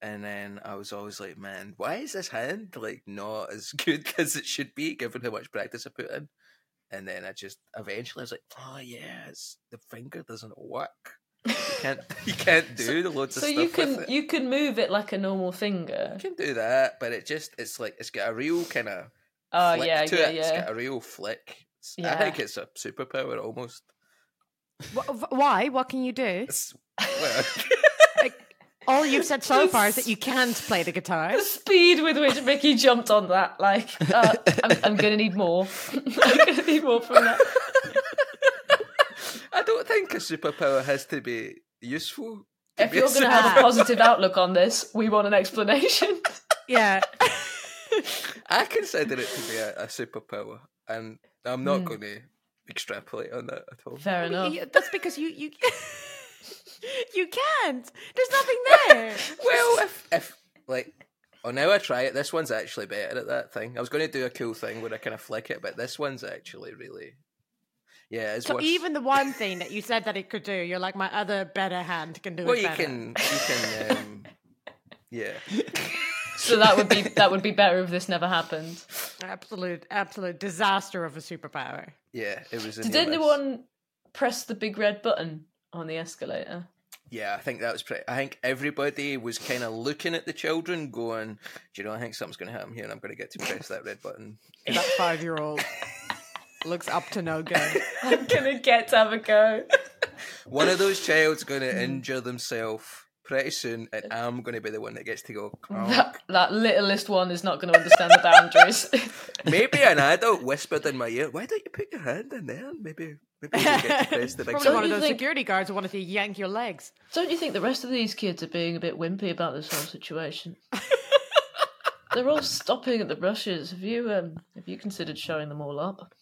Speaker 5: and then I was always like, man, why is this hand like not as good as it should be, given how much practice I put in? And then I just eventually I was like, oh yeah, it's, the finger doesn't work. You can't you can't do the loads
Speaker 3: so
Speaker 5: of stuff.
Speaker 3: you
Speaker 5: with
Speaker 3: can
Speaker 5: it.
Speaker 3: you can move it like a normal finger.
Speaker 5: You can do that, but it just it's like it's got a real kind of
Speaker 3: Oh
Speaker 5: flick
Speaker 3: yeah,
Speaker 5: to
Speaker 3: yeah,
Speaker 5: it.
Speaker 3: yeah.
Speaker 5: It's got a real flick. It's- I
Speaker 3: Yeah.
Speaker 5: think it's a superpower almost.
Speaker 2: Wh- wh- Why? What can you do?
Speaker 5: It's, well,
Speaker 2: All you've said so far is that you can't play the guitar.
Speaker 3: the speed with which Mickey jumped on that, like, uh, I'm, I'm gonna need more. I'm gonna need more from that.
Speaker 5: I don't think a superpower has to be useful. to
Speaker 3: If
Speaker 5: be a
Speaker 3: you're gonna have a
Speaker 2: Yeah.
Speaker 3: positive outlook on this, we want an explanation.
Speaker 2: Yeah.
Speaker 5: super- I consider it to be a, a superpower, and I'm not going to extrapolate on that at all.
Speaker 3: Hmm. Fair enough.
Speaker 2: You- That's because you you you can't. There's nothing there.
Speaker 5: Well, if if like. Oh, now I try it. This one's actually better at that thing. I was going to do a cool thing where I kind of flick it, but this one's actually really, yeah, it's
Speaker 2: So
Speaker 5: worse.
Speaker 2: even the one thing that you said that it could do, you're like my other better hand can do
Speaker 5: well,
Speaker 2: it
Speaker 5: you
Speaker 2: better.
Speaker 5: can, you can, um, yeah.
Speaker 3: So that would be that would be better if this never happened.
Speaker 2: Absolute absolute disaster of a superpower.
Speaker 5: Yeah, it was. a
Speaker 3: Did
Speaker 5: near miss.
Speaker 3: anyone press the big red button on the escalator?
Speaker 5: Yeah, I think that was pretty. I think everybody was kind of looking at the children, going, "Do you know? I think something's going to happen here, and I'm going to get to press that red button."
Speaker 2: That five year old looks up to no good.
Speaker 3: I'm gonna get to have a go.
Speaker 5: One of those child's going to injure themselves pretty soon, and I'm going to be the one that gets to go. "Oh, "Clonk."
Speaker 3: That, that littlest one is not gonna understand the boundaries.
Speaker 5: Maybe an adult whispered in my ear, "Why don't you put your hand in there? and Maybe, maybe you get to press the big
Speaker 2: Probably
Speaker 5: button."
Speaker 2: one of
Speaker 3: you
Speaker 2: those
Speaker 3: think-
Speaker 2: security guards who wanted to yank your legs.
Speaker 3: Don't you think the rest of these kids are being a bit wimpy about this whole situation? They're all stopping at the brushes. Have you um, have you considered showing them all up?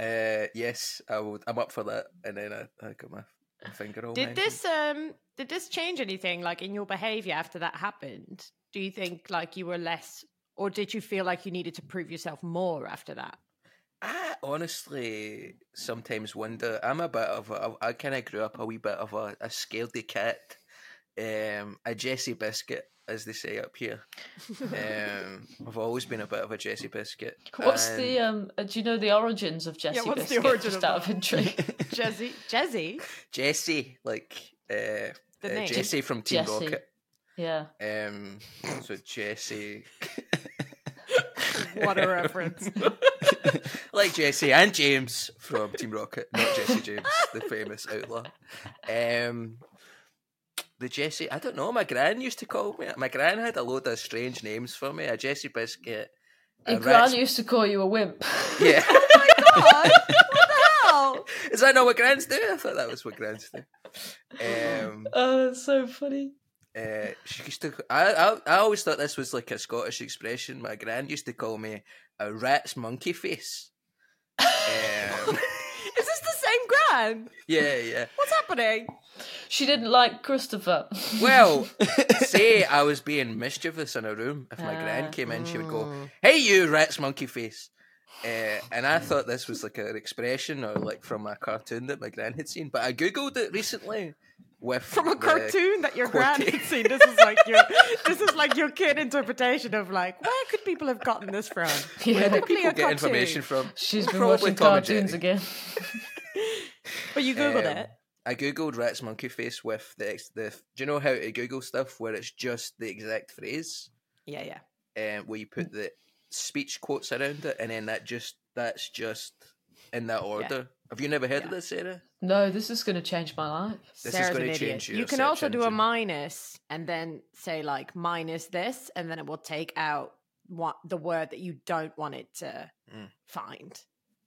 Speaker 5: Uh, yes, I would. I'm up for that. And then I, I got Oh my finger all.
Speaker 2: Did
Speaker 5: mangled.
Speaker 2: this um did this change anything like in your behavior after that happened? Do you think like you were less or did you feel like you needed to prove yourself more after that?
Speaker 5: I honestly sometimes wonder. I'm a bit of a. I kind of grew up a wee bit of a, a scaredy cat, um, a Jesse biscuit, as they say up here. Um, I've always been a bit of a Jesse biscuit.
Speaker 3: What's
Speaker 5: and-
Speaker 3: the um? uh, Do you know the origins of Jesse
Speaker 2: what's the
Speaker 3: Biscuit?
Speaker 2: origin
Speaker 3: just
Speaker 2: of
Speaker 3: out of
Speaker 2: that?
Speaker 3: intrigue.
Speaker 2: Jesse Jesse?
Speaker 5: Jesse, like uh,
Speaker 2: The
Speaker 5: uh,
Speaker 2: name.
Speaker 5: Jesse from Team
Speaker 3: Jesse.
Speaker 5: Rocket.
Speaker 3: Yeah.
Speaker 5: Um, so Jesse,
Speaker 2: What a reference.
Speaker 5: like Jesse and James from Team Rocket, not Jesse James, the famous outlaw. Um, the Jesse, I don't know. My gran used to call me. My gran had a load of strange names for me. A Jesse biscuit. a
Speaker 3: Your
Speaker 5: rat's-
Speaker 3: gran used to call you a wimp.
Speaker 5: Yeah.
Speaker 2: Oh,
Speaker 5: Is that not what grans do? I thought that was what grans do. Um,
Speaker 3: oh, that's so funny.
Speaker 5: Uh, she used to. I, I I always thought this was like a Scottish expression. My gran used to call me a rat's monkey face. Um,
Speaker 2: is this the same gran?
Speaker 5: yeah, yeah.
Speaker 2: What's happening?
Speaker 3: She didn't like Christopher.
Speaker 5: Well, say I was being mischievous in a room. If my gran came in, she would go, "Hey, you rat's monkey face," uh, and I thought this was like an expression or like from a cartoon that my gran had seen. But I googled it recently with
Speaker 2: From a
Speaker 5: the
Speaker 2: cartoon that your gran
Speaker 5: quirky-
Speaker 2: had seen. This is like your this is like your kid interpretation of like where could people have gotten this from?
Speaker 5: Where do
Speaker 2: Probably
Speaker 5: people
Speaker 2: a
Speaker 5: get information
Speaker 2: cartoon.
Speaker 5: from?
Speaker 3: She's been
Speaker 5: Probably
Speaker 3: watching
Speaker 5: Tom and
Speaker 3: cartoons
Speaker 5: Jerry.
Speaker 3: again.
Speaker 2: But you googled
Speaker 5: Um,
Speaker 2: it.
Speaker 5: I googled rat's monkey face with the ex- the. Do you know how to Google stuff where it's just the exact phrase,
Speaker 2: Yeah, yeah.
Speaker 5: um, where you
Speaker 2: Mm.
Speaker 5: put the speech quotes around it, and then that just that's just in that order. Have you never heard of this, Sarah?
Speaker 3: No, this is going to change my life.
Speaker 5: This
Speaker 2: Sarah's
Speaker 5: is
Speaker 2: an
Speaker 5: going to
Speaker 2: idiot.
Speaker 5: change your
Speaker 2: You can
Speaker 5: search
Speaker 2: also do a
Speaker 5: engine.
Speaker 2: minus and then say like minus this, and then it will take out what the word that you don't want it to
Speaker 5: Mm.
Speaker 2: find.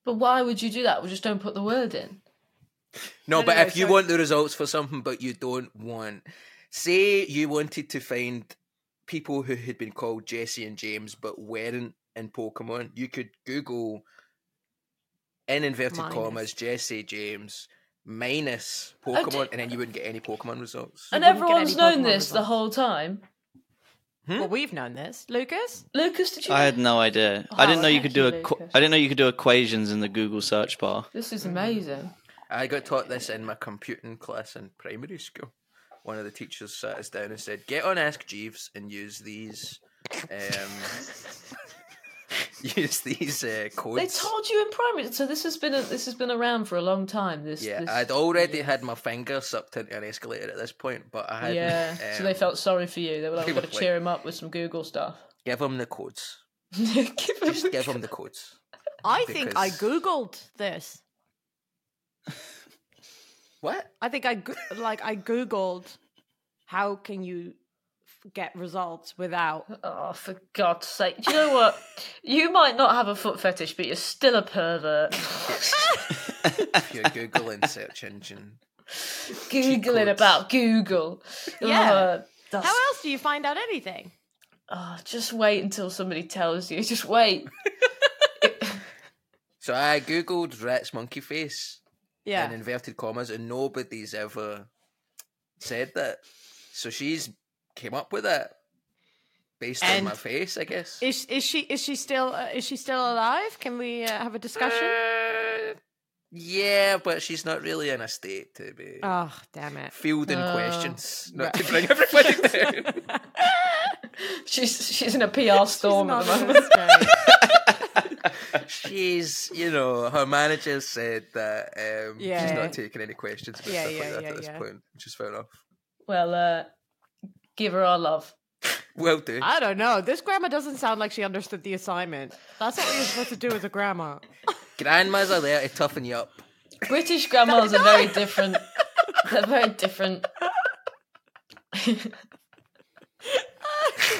Speaker 3: But why would you do that? We just don't put the word in.
Speaker 5: No,
Speaker 2: No,
Speaker 5: but
Speaker 2: no, no,
Speaker 5: if you
Speaker 2: sorry.
Speaker 5: want the results for something, but you don't want, say you wanted to find people who had been called Jesse and James but weren't in Pokemon, you could Google in inverted
Speaker 2: Minus. Oh,
Speaker 5: commas Jesse James minus Pokemon,
Speaker 3: d-
Speaker 5: and then you wouldn't get any Pokemon results.
Speaker 3: and
Speaker 2: wouldn't get
Speaker 3: everyone's
Speaker 2: any
Speaker 3: known
Speaker 2: Pokemon
Speaker 3: this the
Speaker 2: results.
Speaker 3: whole time.
Speaker 5: Hmm?
Speaker 2: Well, we've known this, Lucas.
Speaker 3: Lucas, did you?
Speaker 4: I had no idea. I didn't know you could do
Speaker 3: thank you,
Speaker 4: a. qu-
Speaker 3: Lucas.
Speaker 4: I didn't know you could do equations in the Google search bar.
Speaker 3: This is amazing.
Speaker 5: I got taught this in my computing class in primary school. One of the teachers sat us down and said, "Get on Ask Jeeves and use these." Um, use these uh, codes.
Speaker 3: They told you in primary, so this has been a, this has been around for a long time. This,
Speaker 5: Yeah,
Speaker 3: this
Speaker 5: I'd already had my finger sucked into an escalator at this point, but I hadn't.
Speaker 3: yeah. so they
Speaker 5: um,
Speaker 3: felt sorry for you. They were like,
Speaker 5: they
Speaker 3: "We've got
Speaker 5: were
Speaker 3: to
Speaker 5: like-
Speaker 3: cheer him up with some Google stuff."
Speaker 5: Give them the codes.
Speaker 3: Give him
Speaker 5: Just give them the codes.
Speaker 2: I think I
Speaker 5: Because-
Speaker 2: googled this.
Speaker 5: What?
Speaker 2: I think I go- like I googled how can you f- get results without
Speaker 3: Oh, for God's sake! Do you know what? you might not have a foot fetish, but you're still a pervert.
Speaker 5: If you're Googling search engine,
Speaker 3: Googling
Speaker 5: codes.
Speaker 3: about Google.
Speaker 2: Yeah.
Speaker 3: Oh, that's-
Speaker 2: How else do you find out anything?
Speaker 3: oh, just wait until somebody tells you. Just wait.
Speaker 5: so I googled rat's monkey face in
Speaker 2: Yeah.
Speaker 5: inverted commas, and nobody's ever said that. So she's came up with that based
Speaker 2: And-
Speaker 5: on my face, I guess.
Speaker 2: Is is she is she still uh, is she still alive? Can we uh, have a discussion?
Speaker 5: yeah, but she's not really in a state to be
Speaker 2: Oh damn it!
Speaker 5: fielding
Speaker 3: Oh,
Speaker 5: questions, not
Speaker 2: uh,
Speaker 5: to
Speaker 2: right.
Speaker 5: bring everybody down.
Speaker 3: She's she's in a PR storm at
Speaker 2: Not
Speaker 3: the moment.
Speaker 2: this great.
Speaker 5: she's, you know, her manager said that um, she's
Speaker 2: Yeah.
Speaker 5: not taking any questions about
Speaker 2: Yeah,
Speaker 5: stuff
Speaker 2: yeah,
Speaker 5: like that
Speaker 2: yeah,
Speaker 5: at this
Speaker 2: yeah.
Speaker 5: point, which is fair enough.
Speaker 3: Well, uh, give her our love.
Speaker 5: Well done.
Speaker 2: I don't know. This grandma doesn't sound like she understood the assignment. That's what you're supposed to do as a grandma.
Speaker 5: Grandmas are there to toughen you up.
Speaker 3: British grandmas are very different. They're very different.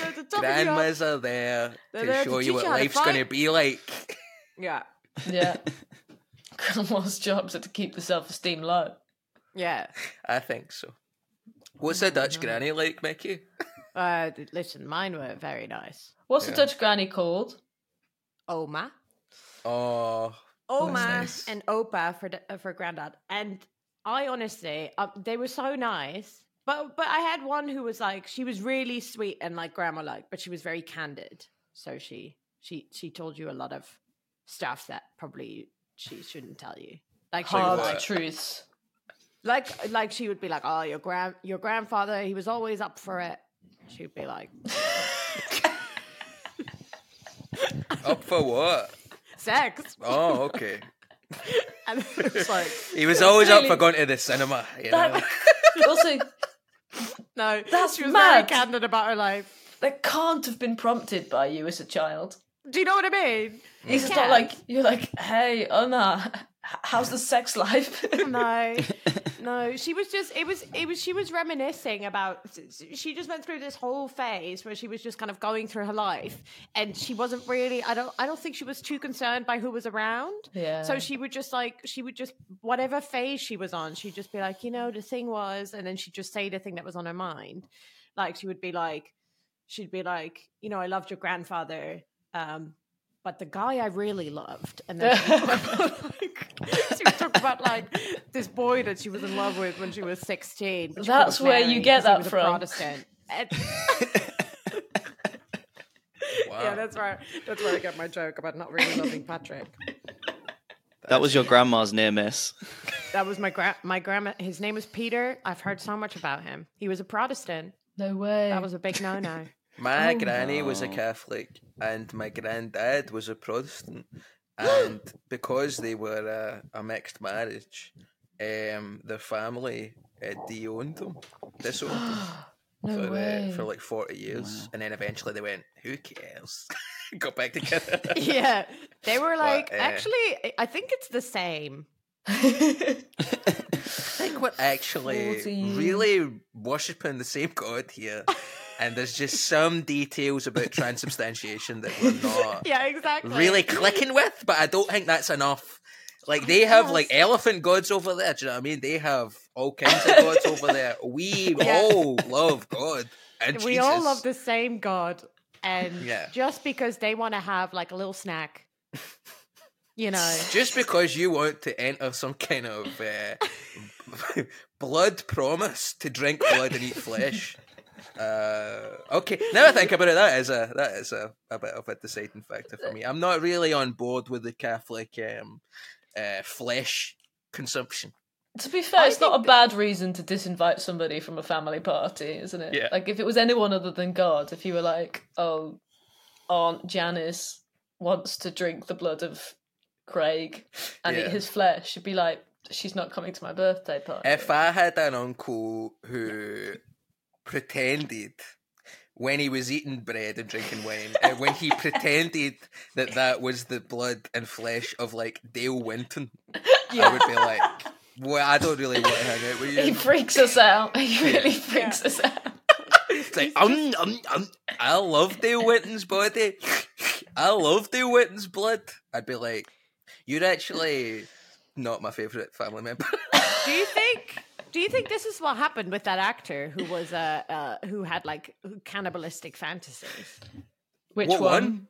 Speaker 2: At the top of your-
Speaker 5: Grandmas are there
Speaker 2: They're
Speaker 5: to
Speaker 2: there to
Speaker 5: show
Speaker 2: teach
Speaker 5: you what
Speaker 2: you how to
Speaker 5: life's going to
Speaker 2: fight.
Speaker 5: be like.
Speaker 2: Yeah,
Speaker 3: Yeah. Grandma's jobs are to keep the self esteem low.
Speaker 2: yeah.
Speaker 5: I think so. What's
Speaker 2: Oh,
Speaker 5: a Dutch granny like, Mickey?
Speaker 2: Uh, listen, mine were very nice.
Speaker 3: What's the Dutch granny called?
Speaker 2: Oma.
Speaker 5: Oh,
Speaker 2: Oma
Speaker 5: nice.
Speaker 2: and Opa for da- uh, for granddad, and I honestly, uh, they were so nice. But but I had one who was like, she was really sweet and like grandma like, but she was very candid. So she she she told you a lot of stuff that probably she shouldn't tell you. Like she was
Speaker 3: Hard
Speaker 2: like-
Speaker 3: truths.
Speaker 2: Like like she would be like, oh your grand your grandfather, he was always up for it. She'd be like,
Speaker 5: Up for what?
Speaker 2: sex.
Speaker 5: Oh, okay.
Speaker 2: And it's like
Speaker 5: He was always up for
Speaker 2: Really?
Speaker 5: going to the cinema. You
Speaker 2: That-
Speaker 5: know?
Speaker 3: also,
Speaker 2: no,
Speaker 3: that's
Speaker 2: she was very
Speaker 3: mad.
Speaker 2: candid about her life.
Speaker 3: That can't have been prompted by you as a child.
Speaker 2: Do you know what I mean?
Speaker 3: It's
Speaker 2: It
Speaker 3: just not
Speaker 2: can.
Speaker 3: like you're like, hey, Omar, h- how's the sex life?
Speaker 2: no, no. She was just. It was. It was. She was reminiscing about. She just went through this whole phase where she was just kind of going through her life, and she wasn't really. I don't. I don't think she was too concerned by who was around.
Speaker 3: Yeah.
Speaker 2: So she would just like. She would just whatever phase she was on. She'd just be like, you know, the thing was, and then she'd just say the thing that was on her mind. Like she would be like, she'd be like, you know, I loved your grandfather. Um, but the guy I really loved, and then she would talk about, like, she would talk about like this boy that she was in love with when she was sixteen. but she
Speaker 3: That's
Speaker 2: couldn't
Speaker 3: where you
Speaker 2: marry
Speaker 3: get
Speaker 2: 'cause he
Speaker 3: that
Speaker 2: was a
Speaker 3: from.
Speaker 2: Protestant. And- Yeah, that's where that's where I get my joke about not really loving Patrick.
Speaker 4: That was your grandma's near miss.
Speaker 2: That was my gra- my grandma. His name was Peter. I've heard so much about him. He was a Protestant.
Speaker 3: No way.
Speaker 2: That was a big no no.
Speaker 5: My
Speaker 2: Oh,
Speaker 5: granny was a
Speaker 2: no.
Speaker 5: Catholic and my granddad was a Protestant. And because they were a, a mixed marriage, um, their family uh, de-owned them, disowned them
Speaker 3: No
Speaker 5: for,
Speaker 3: way.
Speaker 5: Uh, for like 40 years. And then eventually they went, who cares? Got back together.
Speaker 2: yeah, they were like,
Speaker 5: uh,
Speaker 2: actually, I- I think it's the same.
Speaker 5: think we're actually
Speaker 2: 40.
Speaker 5: really worshipping the same God here. And there's just some details about transubstantiation that we're not
Speaker 2: Yeah, exactly.
Speaker 5: really clicking with, but I don't think that's enough. Like they have like elephant gods over there. Do you know what I mean? They have all kinds of gods over there. We all love God and
Speaker 2: we
Speaker 5: Jesus.
Speaker 2: all love the same God, and
Speaker 5: Yeah.
Speaker 2: just because they want to have like a little snack, you know,
Speaker 5: Just because you want to enter some kind of uh, blood promise to drink blood and eat flesh. Uh, okay, now I think about it, that is a that is a, a bit of a deciding factor for me. I'm not really on board with the Catholic um, uh, flesh consumption.
Speaker 3: To be fair, it's not a bad reason to disinvite somebody from a family party, isn't it?
Speaker 5: Yeah.
Speaker 3: Like if it was anyone other than God, if you were like, oh, Aunt Janice wants to drink the blood of Craig and
Speaker 5: Yeah.
Speaker 3: eat his flesh, you'd be like, she's not coming to my birthday party.
Speaker 5: If I had an uncle who pretended when he was eating bread and drinking wine, uh, when he pretended that that was the blood and flesh of like Dale Winton, I would be like, well, I don't really want to hang out with you.
Speaker 3: He freaks us out. He really freaks us out.
Speaker 5: It's like, um, um, um, I love Dale Winton's body. I love Dale Winton's blood. I'd be like, you're actually not my favourite family member.
Speaker 2: do you think? Do you think this is what happened with that actor who was uh, uh who had like cannibalistic fantasies?
Speaker 3: Which
Speaker 5: What one?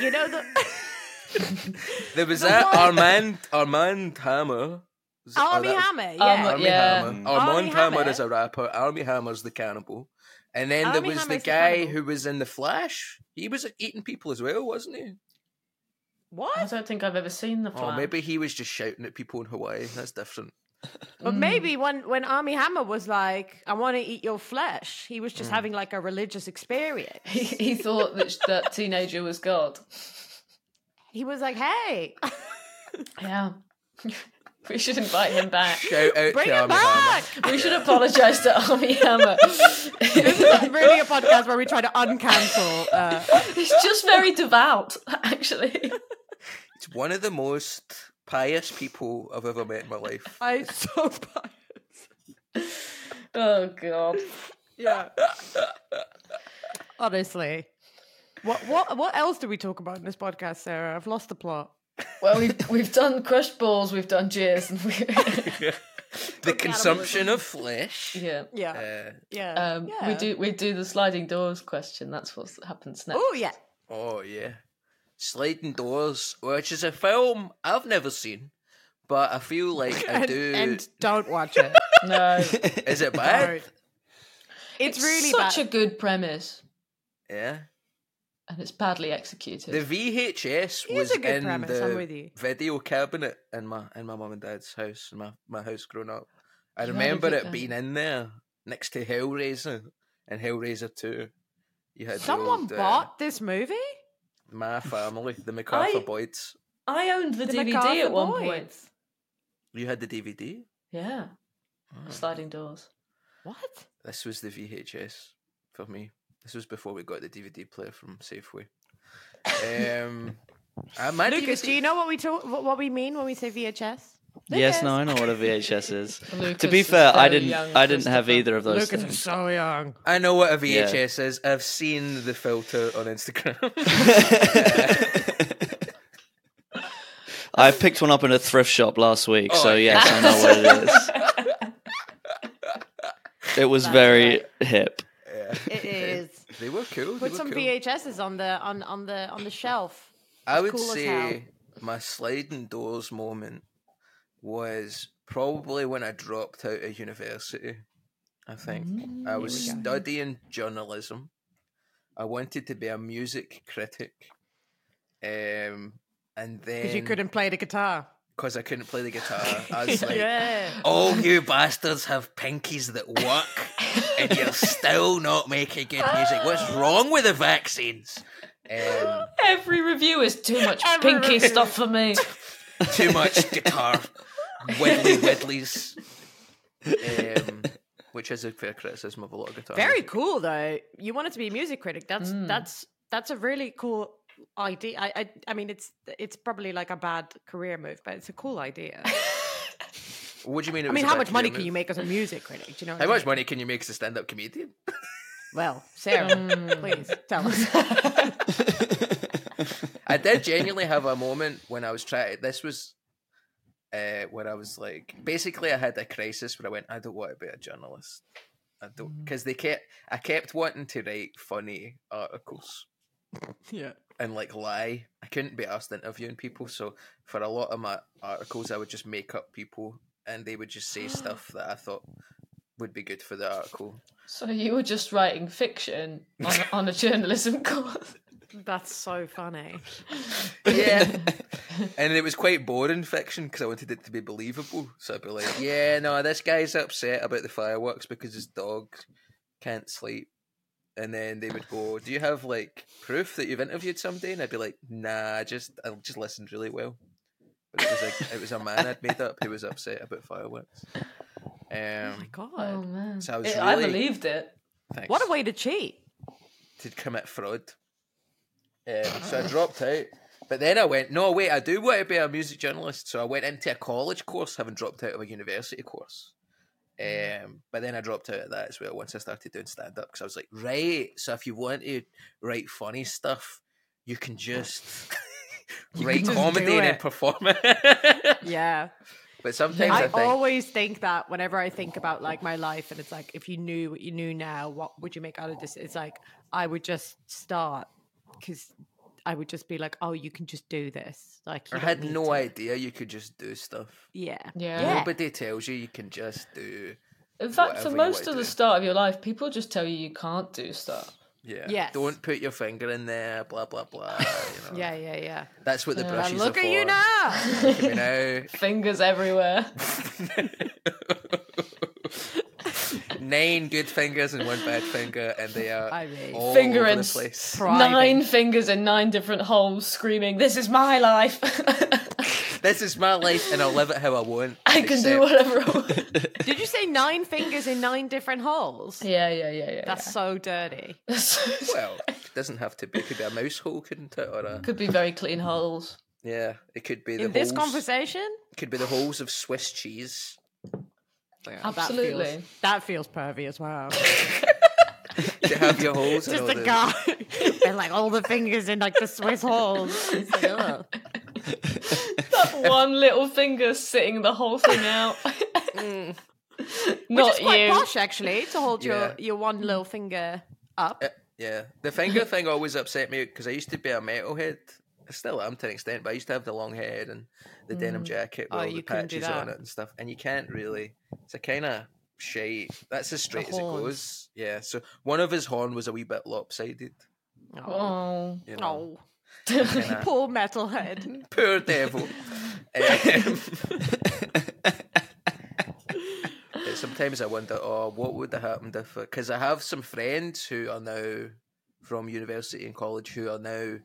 Speaker 2: You know the
Speaker 5: There was
Speaker 2: The
Speaker 5: that
Speaker 2: one-
Speaker 5: Armand Armand Hammer. Was- or
Speaker 2: Army
Speaker 5: Oh, that was- um,
Speaker 2: Hammer, yeah.
Speaker 5: Army
Speaker 2: yeah.
Speaker 5: Hammer.
Speaker 2: Army
Speaker 5: Armand Hammer.
Speaker 2: Hammer.
Speaker 5: is a rapper. Army Hammer's the cannibal. And then
Speaker 2: Army
Speaker 5: there was
Speaker 2: Hammer's
Speaker 5: the
Speaker 2: the
Speaker 5: guy
Speaker 2: cannibal.
Speaker 5: who was in the Flash. He was eating people as well, wasn't he?
Speaker 2: What?
Speaker 3: I
Speaker 5: mm.
Speaker 3: don't think I've ever seen the
Speaker 5: Oh,
Speaker 3: flash.
Speaker 5: maybe he was just shouting at people in Hawaii. That's different.
Speaker 2: But maybe when when Army Hammer was like, "I want to eat your flesh," he was
Speaker 5: Mm.
Speaker 2: just having like a religious experience.
Speaker 3: He, he thought that that teenager was God.
Speaker 2: He was like, "Hey,
Speaker 3: Yeah. We should invite him back.
Speaker 5: Shout out
Speaker 2: Bring
Speaker 5: to
Speaker 2: him
Speaker 5: Army
Speaker 2: back!
Speaker 5: Hammer.
Speaker 3: We should apologise to Army Hammer.
Speaker 2: this is really a podcast where we try to uncancel." Uh,
Speaker 3: He's just very devout, actually.
Speaker 5: It's one of the most pious people I've ever met in my life.
Speaker 2: I so pious.
Speaker 3: Oh god.
Speaker 2: Yeah. Honestly, what what what else do we talk about in this podcast, Sarah? I've lost the plot.
Speaker 3: Well, we've we've done crushed balls, we've done jeers, and we
Speaker 5: The consumption of flesh.
Speaker 3: yeah
Speaker 2: yeah
Speaker 5: Uh,
Speaker 2: yeah.
Speaker 3: um
Speaker 2: yeah.
Speaker 3: we do we do the sliding doors question. That's what happens next.
Speaker 2: Oh yeah.
Speaker 5: oh yeah. Sliding Doors, which is a film I've never seen, but I feel like I
Speaker 2: And-
Speaker 5: do.
Speaker 2: and don't watch it.
Speaker 3: no.
Speaker 5: Is it bad?
Speaker 2: It's really
Speaker 3: such
Speaker 2: bad.
Speaker 3: a good premise,
Speaker 5: Yeah.
Speaker 3: and it's badly executed.
Speaker 5: The VHS
Speaker 3: It is
Speaker 5: was
Speaker 3: a good
Speaker 5: in
Speaker 3: premise,
Speaker 5: the
Speaker 3: I'm with you.
Speaker 5: video cabinet in my in my mum and dad's house, in my, my house growing up. I
Speaker 3: You had a
Speaker 5: remember
Speaker 3: good
Speaker 5: it
Speaker 3: one.
Speaker 5: being in there next to Hellraiser and Hellraiser Two. You had the
Speaker 2: Someone
Speaker 5: old, uh,
Speaker 2: bought this movie?
Speaker 5: my family, the MacArthur
Speaker 2: I-
Speaker 5: Boyds.
Speaker 3: I owned the,
Speaker 2: The
Speaker 3: DVD
Speaker 2: MacArthur
Speaker 3: at one
Speaker 2: Boys.
Speaker 3: point.
Speaker 5: You had the DVD.
Speaker 3: Yeah, sliding doors.
Speaker 2: What?
Speaker 5: This was the VHS for me. This was before we got the DVD player from Safeway. Um, I- my
Speaker 2: Lucas,
Speaker 5: DVD
Speaker 2: do you know what we talk, what, what we mean when we say VHS?
Speaker 4: Yes, no, I know what a VHS is. to
Speaker 2: Lucas
Speaker 4: be
Speaker 2: is
Speaker 4: fair, I
Speaker 2: very
Speaker 4: didn't.
Speaker 2: young,
Speaker 4: I didn't have either of those.
Speaker 2: Lucas
Speaker 4: things.
Speaker 2: is so young.
Speaker 5: I know what a
Speaker 4: Yeah.
Speaker 5: VHS is. I've seen the filter on Instagram.
Speaker 4: I picked one up in a thrift shop last week,
Speaker 5: Oh,
Speaker 4: so yes, I know what it is. It was very hip.
Speaker 2: It is.
Speaker 5: They were cool. they
Speaker 2: Put
Speaker 5: were
Speaker 2: some
Speaker 5: cool.
Speaker 2: VHSs on the on on the on the shelf.
Speaker 5: I
Speaker 2: It's
Speaker 5: would
Speaker 2: cool as hell.
Speaker 5: say my sliding doors moment was probably when I dropped out of university. I think I
Speaker 8: Here
Speaker 5: was
Speaker 8: we go.
Speaker 5: studying journalism. I wanted to be a music critic, um, and then
Speaker 2: because you couldn't play the guitar.
Speaker 5: because I couldn't play the guitar. I was like,
Speaker 2: Yeah.
Speaker 5: all you bastards have pinkies that work, and you're still not making good music. What's wrong with the vaccines? Um,
Speaker 3: Every review is too much
Speaker 2: Every
Speaker 3: pinky
Speaker 2: review.
Speaker 3: stuff for me.
Speaker 5: too much guitar, widdly widdlies, um, which is a fair criticism of a lot of guitar.
Speaker 2: Very
Speaker 5: music.
Speaker 2: cool though. You wanted to be a music critic. That's
Speaker 5: Mm.
Speaker 2: that's that's a really cool idea. I, I I mean it's it's probably like a bad career move, but it's a cool idea.
Speaker 5: What do you mean? It
Speaker 2: I
Speaker 5: was
Speaker 2: mean,
Speaker 5: a
Speaker 2: how
Speaker 5: bad
Speaker 2: much money
Speaker 5: career
Speaker 2: can you
Speaker 5: move?
Speaker 2: make as a music critic? Do you know what I
Speaker 5: How much
Speaker 2: mean?
Speaker 5: money can you make as a stand-up comedian?
Speaker 2: Well, Sarah,
Speaker 5: Mm.
Speaker 2: please tell us.
Speaker 5: I did genuinely have a moment when I was trying. This was uh, when I was like, basically, I had a crisis where I went, I don't want to be a journalist. I don't because they kept. I kept wanting to write funny articles
Speaker 2: Yeah.
Speaker 5: and like lie. I couldn't be asked interviewing people, so for a lot of my articles, I would just make up people, and they would just say stuff that I thought would be good for the article.
Speaker 3: So you were just writing fiction on, on a journalism course.
Speaker 2: That's so funny.
Speaker 5: yeah. And it was quite boring fiction because I wanted it to be believable. So I'd be like, yeah, no, this guy's upset about the fireworks because his dog can't sleep. And then they would go, do you have like proof that you've interviewed somebody? And I'd be like, nah, I just I just listened really well. But it was like it was a man I'd made up who was upset about fireworks. Um, oh my
Speaker 2: god!
Speaker 3: Oh man!
Speaker 5: So I was
Speaker 3: It-
Speaker 5: really
Speaker 3: believed it.
Speaker 5: Thanks.
Speaker 2: What a way to cheat.
Speaker 5: to commit fraud. Um, so I dropped out. But then I went, no, wait, I do want to be a music journalist. So I went into a college course, having dropped out of a university course.
Speaker 2: Mm.
Speaker 5: Um, but then I dropped out of that as well once I started doing stand up because I was like, right, so if you want to write funny stuff, you can just write
Speaker 2: just
Speaker 5: comedy
Speaker 2: do
Speaker 5: and then
Speaker 2: it.
Speaker 5: perform it.
Speaker 2: Yeah.
Speaker 5: But sometimes I,
Speaker 2: I
Speaker 5: think,
Speaker 2: always think that whenever I think about like my life, and it's like, if you knew what you knew now, what would you make out of this? It's like, I would just start because I would just be like, oh, you can just do this. Like, you
Speaker 5: I
Speaker 2: don't
Speaker 5: had
Speaker 2: need
Speaker 5: no
Speaker 2: to.
Speaker 5: idea you could just do stuff.
Speaker 2: Yeah.
Speaker 5: Nobody tells you you can just do.
Speaker 3: In fact,
Speaker 5: whatever
Speaker 3: for
Speaker 5: you want
Speaker 3: most
Speaker 5: to
Speaker 3: of
Speaker 5: do.
Speaker 3: the start of your life, people just tell you you can't do stuff.
Speaker 5: Yeah.
Speaker 3: Yes.
Speaker 5: Don't put your finger in there, blah, blah, blah. You know.
Speaker 2: Yeah, yeah, yeah.
Speaker 5: That's what the
Speaker 3: Yeah.
Speaker 5: brushes
Speaker 3: And look
Speaker 5: are
Speaker 3: at you
Speaker 5: for.
Speaker 2: now.
Speaker 5: Look at me now.
Speaker 3: Fingers everywhere.
Speaker 5: Nine good fingers and one bad finger, and they are
Speaker 3: I mean,
Speaker 5: all
Speaker 3: finger
Speaker 5: over
Speaker 3: and
Speaker 5: the place.
Speaker 3: nine fingers in nine different holes, screaming, "This is my life.
Speaker 5: This is my life, and I'll live it how I want.
Speaker 3: I can do whatever." I want.
Speaker 2: Did you say nine fingers in nine different holes?
Speaker 3: Yeah, yeah, yeah, yeah.
Speaker 2: That's so dirty.
Speaker 5: Well, it doesn't have to be. It could be a mouse hole, couldn't it? Or a
Speaker 3: Could be very clean holes.
Speaker 5: yeah. It could be the
Speaker 2: In this
Speaker 5: holes.
Speaker 2: conversation?
Speaker 5: Could be the holes of Swiss cheese.
Speaker 2: That feels, that feels pervy as well.
Speaker 5: to have your holes. and
Speaker 2: just
Speaker 5: all
Speaker 2: a
Speaker 5: the-
Speaker 2: guy and like all the fingers in like the Swiss holes. It's like, ugh.
Speaker 3: That one little finger sitting the whole thing out.
Speaker 5: Mm.
Speaker 2: Which
Speaker 3: Not
Speaker 2: is quite
Speaker 3: you.
Speaker 2: posh actually to hold
Speaker 5: Yeah.
Speaker 2: your, your one little finger up.
Speaker 5: Yeah, the finger thing always upset me because I used to be a metalhead, I still am to an extent, but I used to have the long head and the denim
Speaker 2: Mm.
Speaker 5: jacket
Speaker 2: Oh,
Speaker 5: with all the
Speaker 2: you couldn't do
Speaker 5: patches on
Speaker 2: that.
Speaker 5: it and stuff. And you can't really. It's a kind of shite. That's as straight as it
Speaker 2: horns.
Speaker 5: goes. Yeah. So one of his horn was a wee bit lopsided.
Speaker 2: Oh,
Speaker 3: Mm.
Speaker 5: You know.
Speaker 2: oh. poor metalhead.
Speaker 5: Poor devil. Um, yeah, sometimes I wonder, oh, what would have happened if? Because I have some friends who are now from university and college who are now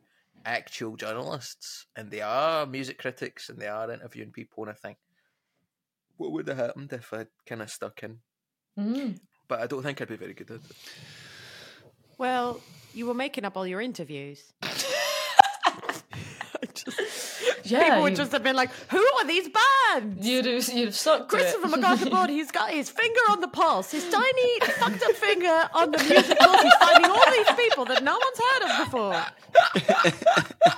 Speaker 5: actual journalists, and they are music critics, and they are interviewing people, and I think, what would have happened if I kind of stuck in? But I don't think I'd be very good at it.
Speaker 2: Well, you were making up all your interviews.
Speaker 3: Yeah,
Speaker 2: People would
Speaker 3: you-
Speaker 2: just have been like, "Who are these bands?"
Speaker 3: You'd have, you'd have sucked.
Speaker 2: Christopher
Speaker 3: to it.
Speaker 2: McCarthy Broad, he's got his finger on the pulse, his tiny fucked up finger on the music pulse. He's finding all these people that no one's heard of before.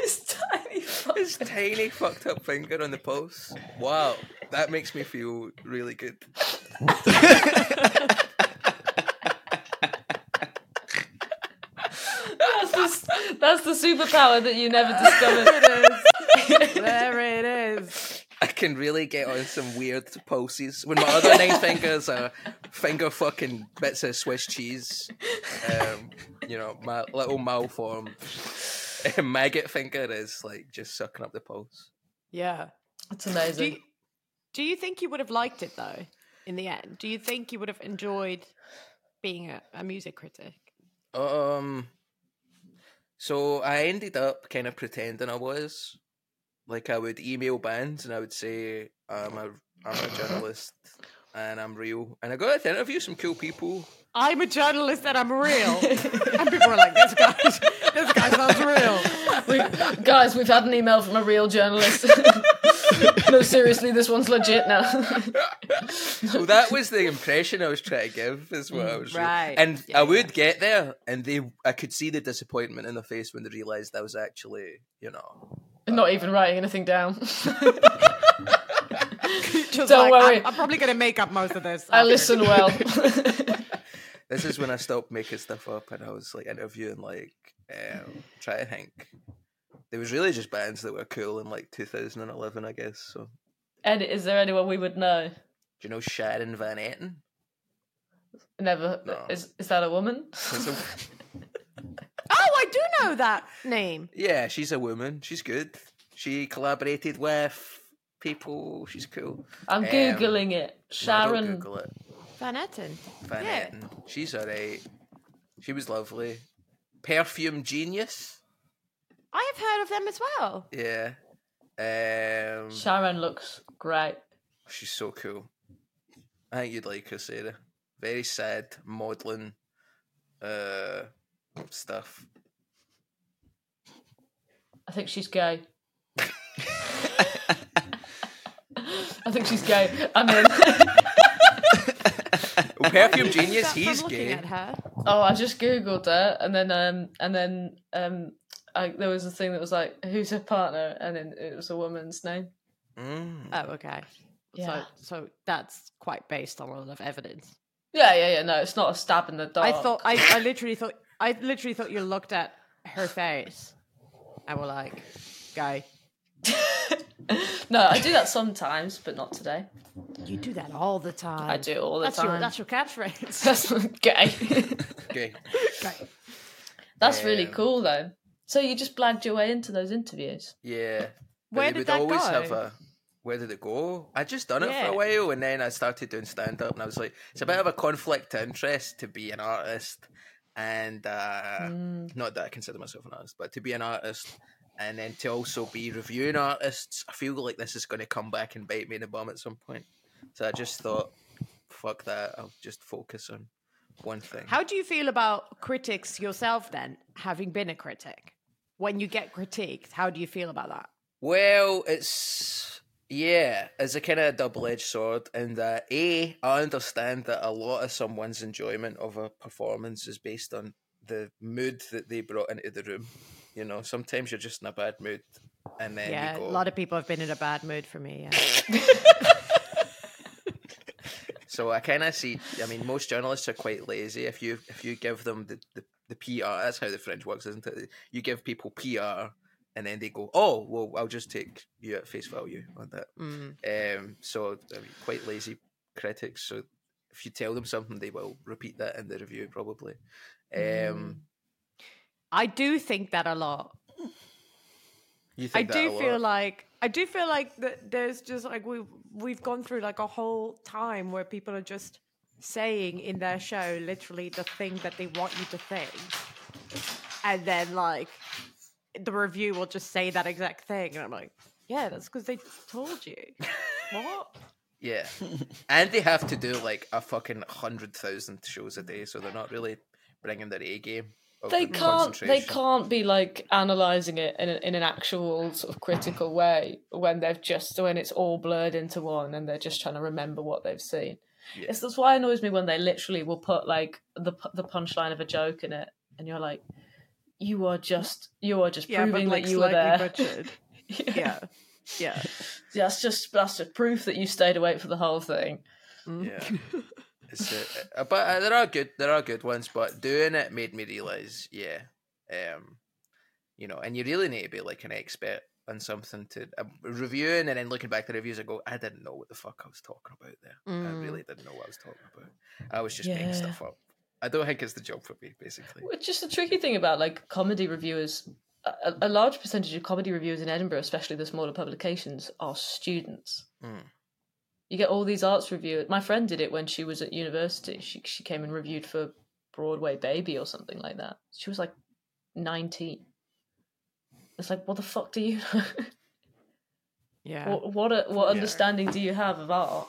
Speaker 5: His tiny, his tiny fucked up finger on the pulse. Wow, that makes me feel really good.
Speaker 3: That's the, s- that's the superpower that you never discovered.
Speaker 2: there it is.
Speaker 5: I can really get on some weird pulses when my other nine fingers are finger fucking bits of Swiss cheese. Um, you know, my little malform maggot finger is like just sucking up the pulse.
Speaker 2: Yeah,
Speaker 3: it's amazing.
Speaker 2: Do you, do you think you would have liked it though? In the end, do you think you would have enjoyed being a, a music critic?
Speaker 5: Um, so I ended up kind of pretending I was like I would email bands and I would say I'm a I'm a journalist and I'm real and I got to interview some cool people.
Speaker 2: I'm a journalist and I'm real. and people are like, this guy, this guy sounds real.
Speaker 3: We- guys, we've had an email from a real journalist. no, seriously, this one's legit now.
Speaker 5: well, that was the impression I was trying to give, is what I was. real.
Speaker 3: Right,
Speaker 5: And I would get there, and they, I could see the disappointment in their face when they realised I was actually, you know,
Speaker 3: Not even writing anything down.
Speaker 2: Just
Speaker 3: Don't
Speaker 2: like,
Speaker 3: worry.
Speaker 2: I'm, I'm probably going to make up most of this.
Speaker 3: I
Speaker 2: after."
Speaker 3: listen well.
Speaker 5: this is when I stopped making stuff up, and I was like interviewing, like, um, try to think. There was really just bands that were cool in like 2011, I guess. So, do
Speaker 3: Ed, is there anyone we would know?
Speaker 5: you know Sharon Van Etten?
Speaker 3: Never. Is, is that a woman?
Speaker 5: That's a-
Speaker 2: Oh, I do know that name.
Speaker 5: yeah, she's a woman. She's good. She collaborated with people. She's cool.
Speaker 3: I'm
Speaker 5: Um,
Speaker 3: googling it.
Speaker 5: no, don't
Speaker 3: Sharon.
Speaker 5: Google it.
Speaker 2: Van Etten.
Speaker 5: Van
Speaker 2: Yeah.
Speaker 5: Etten. She's alright. She was lovely. Perfume genius.
Speaker 2: I have heard of them as well.
Speaker 5: Yeah. Um,
Speaker 3: Sharon looks great.
Speaker 5: she's so cool. I think you'd like her, Sarah. Very sad, maudlin uh, stuff.
Speaker 3: I think she's gay. I think she's gay. I'm in.
Speaker 5: Well, Perfume genius, he's gay.
Speaker 3: Oh, I just googled that, and then um, and then um, I, there was a thing that was like, "Who's her partner?" and then it was a woman's name.
Speaker 2: Oh, okay.
Speaker 3: Yeah.
Speaker 2: So, so that's quite based on a lot of evidence.
Speaker 3: Yeah, yeah, yeah. No, it's not a stab in the dark.
Speaker 2: I thought I, I literally thought I literally thought you looked at her face and were like, "Guy,
Speaker 3: no, I do that sometimes, but not today.
Speaker 2: you do that all the time.
Speaker 3: I do it all the
Speaker 2: that's Your,
Speaker 3: time.
Speaker 2: that's your
Speaker 3: That's
Speaker 2: catchphrase.
Speaker 3: gay.
Speaker 5: Gay.
Speaker 3: That's really
Speaker 5: Um,
Speaker 3: cool, though. So you just blagged your way into those interviews.
Speaker 5: Yeah. but
Speaker 3: Where
Speaker 5: they
Speaker 3: did
Speaker 5: would
Speaker 3: that
Speaker 5: always
Speaker 3: go?
Speaker 5: Have a, where did it go? I just done it for
Speaker 3: Yeah.
Speaker 5: a while, and then I started doing stand up, and I was like, it's a bit of a conflict of interest to be an artist, and uh,
Speaker 3: Mm.
Speaker 5: not that I consider myself an artist, but to be an artist, and then to also be reviewing artists. I feel like this is going to come back and bite me in the bum at some point. So I just thought, fuck that. I'll just focus on one thing.
Speaker 2: How do you feel about critics yourself then, having been a critic? When you get critiqued, how do you feel about that?
Speaker 5: Well, it's yeah, it's a kind of a double-edged sword in that a I understand that a lot of someone's enjoyment of a performance is based on the mood that they brought into the room. You know, sometimes you're just in a bad mood, and then
Speaker 2: yeah,
Speaker 5: you go.
Speaker 2: a lot of people have been in a bad mood for me. Yeah.
Speaker 5: So I kind of see. I mean, most journalists are quite lazy. If you if you give them the, the the PR. That's how the fringe works, isn't it? You give people PR, and then they go, "Oh, well, I'll just take you at face value on that." Um, so I mean, quite lazy critics. So if you tell them something, they will repeat that in the review probably. Um,
Speaker 2: I do think that a lot.
Speaker 5: You
Speaker 2: I
Speaker 5: think that a
Speaker 2: do feel
Speaker 5: lot?
Speaker 2: like I do feel like that there's just like we we've gone through like a whole time where people are just saying in their show literally the thing that they want you to think. And then like the review will just say that exact thing and I'm like, yeah, that's cuz they told you. what?
Speaker 5: Yeah. and they have to do like a fucking 100,000 shows a day, so they're not really bringing their A game. of
Speaker 3: they
Speaker 5: the
Speaker 3: can't they
Speaker 5: concentration.
Speaker 3: can't be like analyzing it in, a, in an actual sort of critical way when they've just when it's all blurred into one and they're just trying to remember what they've seen it's that's why it annoys me when they literally will put like the pu- the punchline of a joke in it and you're like you are just you are just
Speaker 2: Yeah, but,
Speaker 3: proving
Speaker 2: like,
Speaker 3: that you were there
Speaker 2: slightly butchered. yeah yeah
Speaker 3: that's just that's just proof that you stayed awake for the whole thing
Speaker 5: Yeah. It's, uh, uh, but uh, there are good there are good ones, but doing it made me realize, yeah, um, you know, and you really need to be like an expert on something to uh, reviewing and then looking back at the reviews and go, I didn't know what the fuck I was talking about there.
Speaker 3: Mm.
Speaker 5: I really didn't know what I was talking about. I was just making
Speaker 3: Yeah.
Speaker 5: stuff up. I don't think it's the job for me, basically.
Speaker 3: Well, Just the tricky thing about like comedy reviewers, a, a large percentage of comedy reviewers in Edinburgh, especially the smaller publications, are students. You get all these arts reviewers. My friend did it when she was at university. She she came and reviewed for Broadway Baby or something like that. She was like nineteen. It's like, what the fuck do you know?
Speaker 2: Yeah.
Speaker 3: What what, a, what
Speaker 2: Yeah.
Speaker 3: understanding do you have of art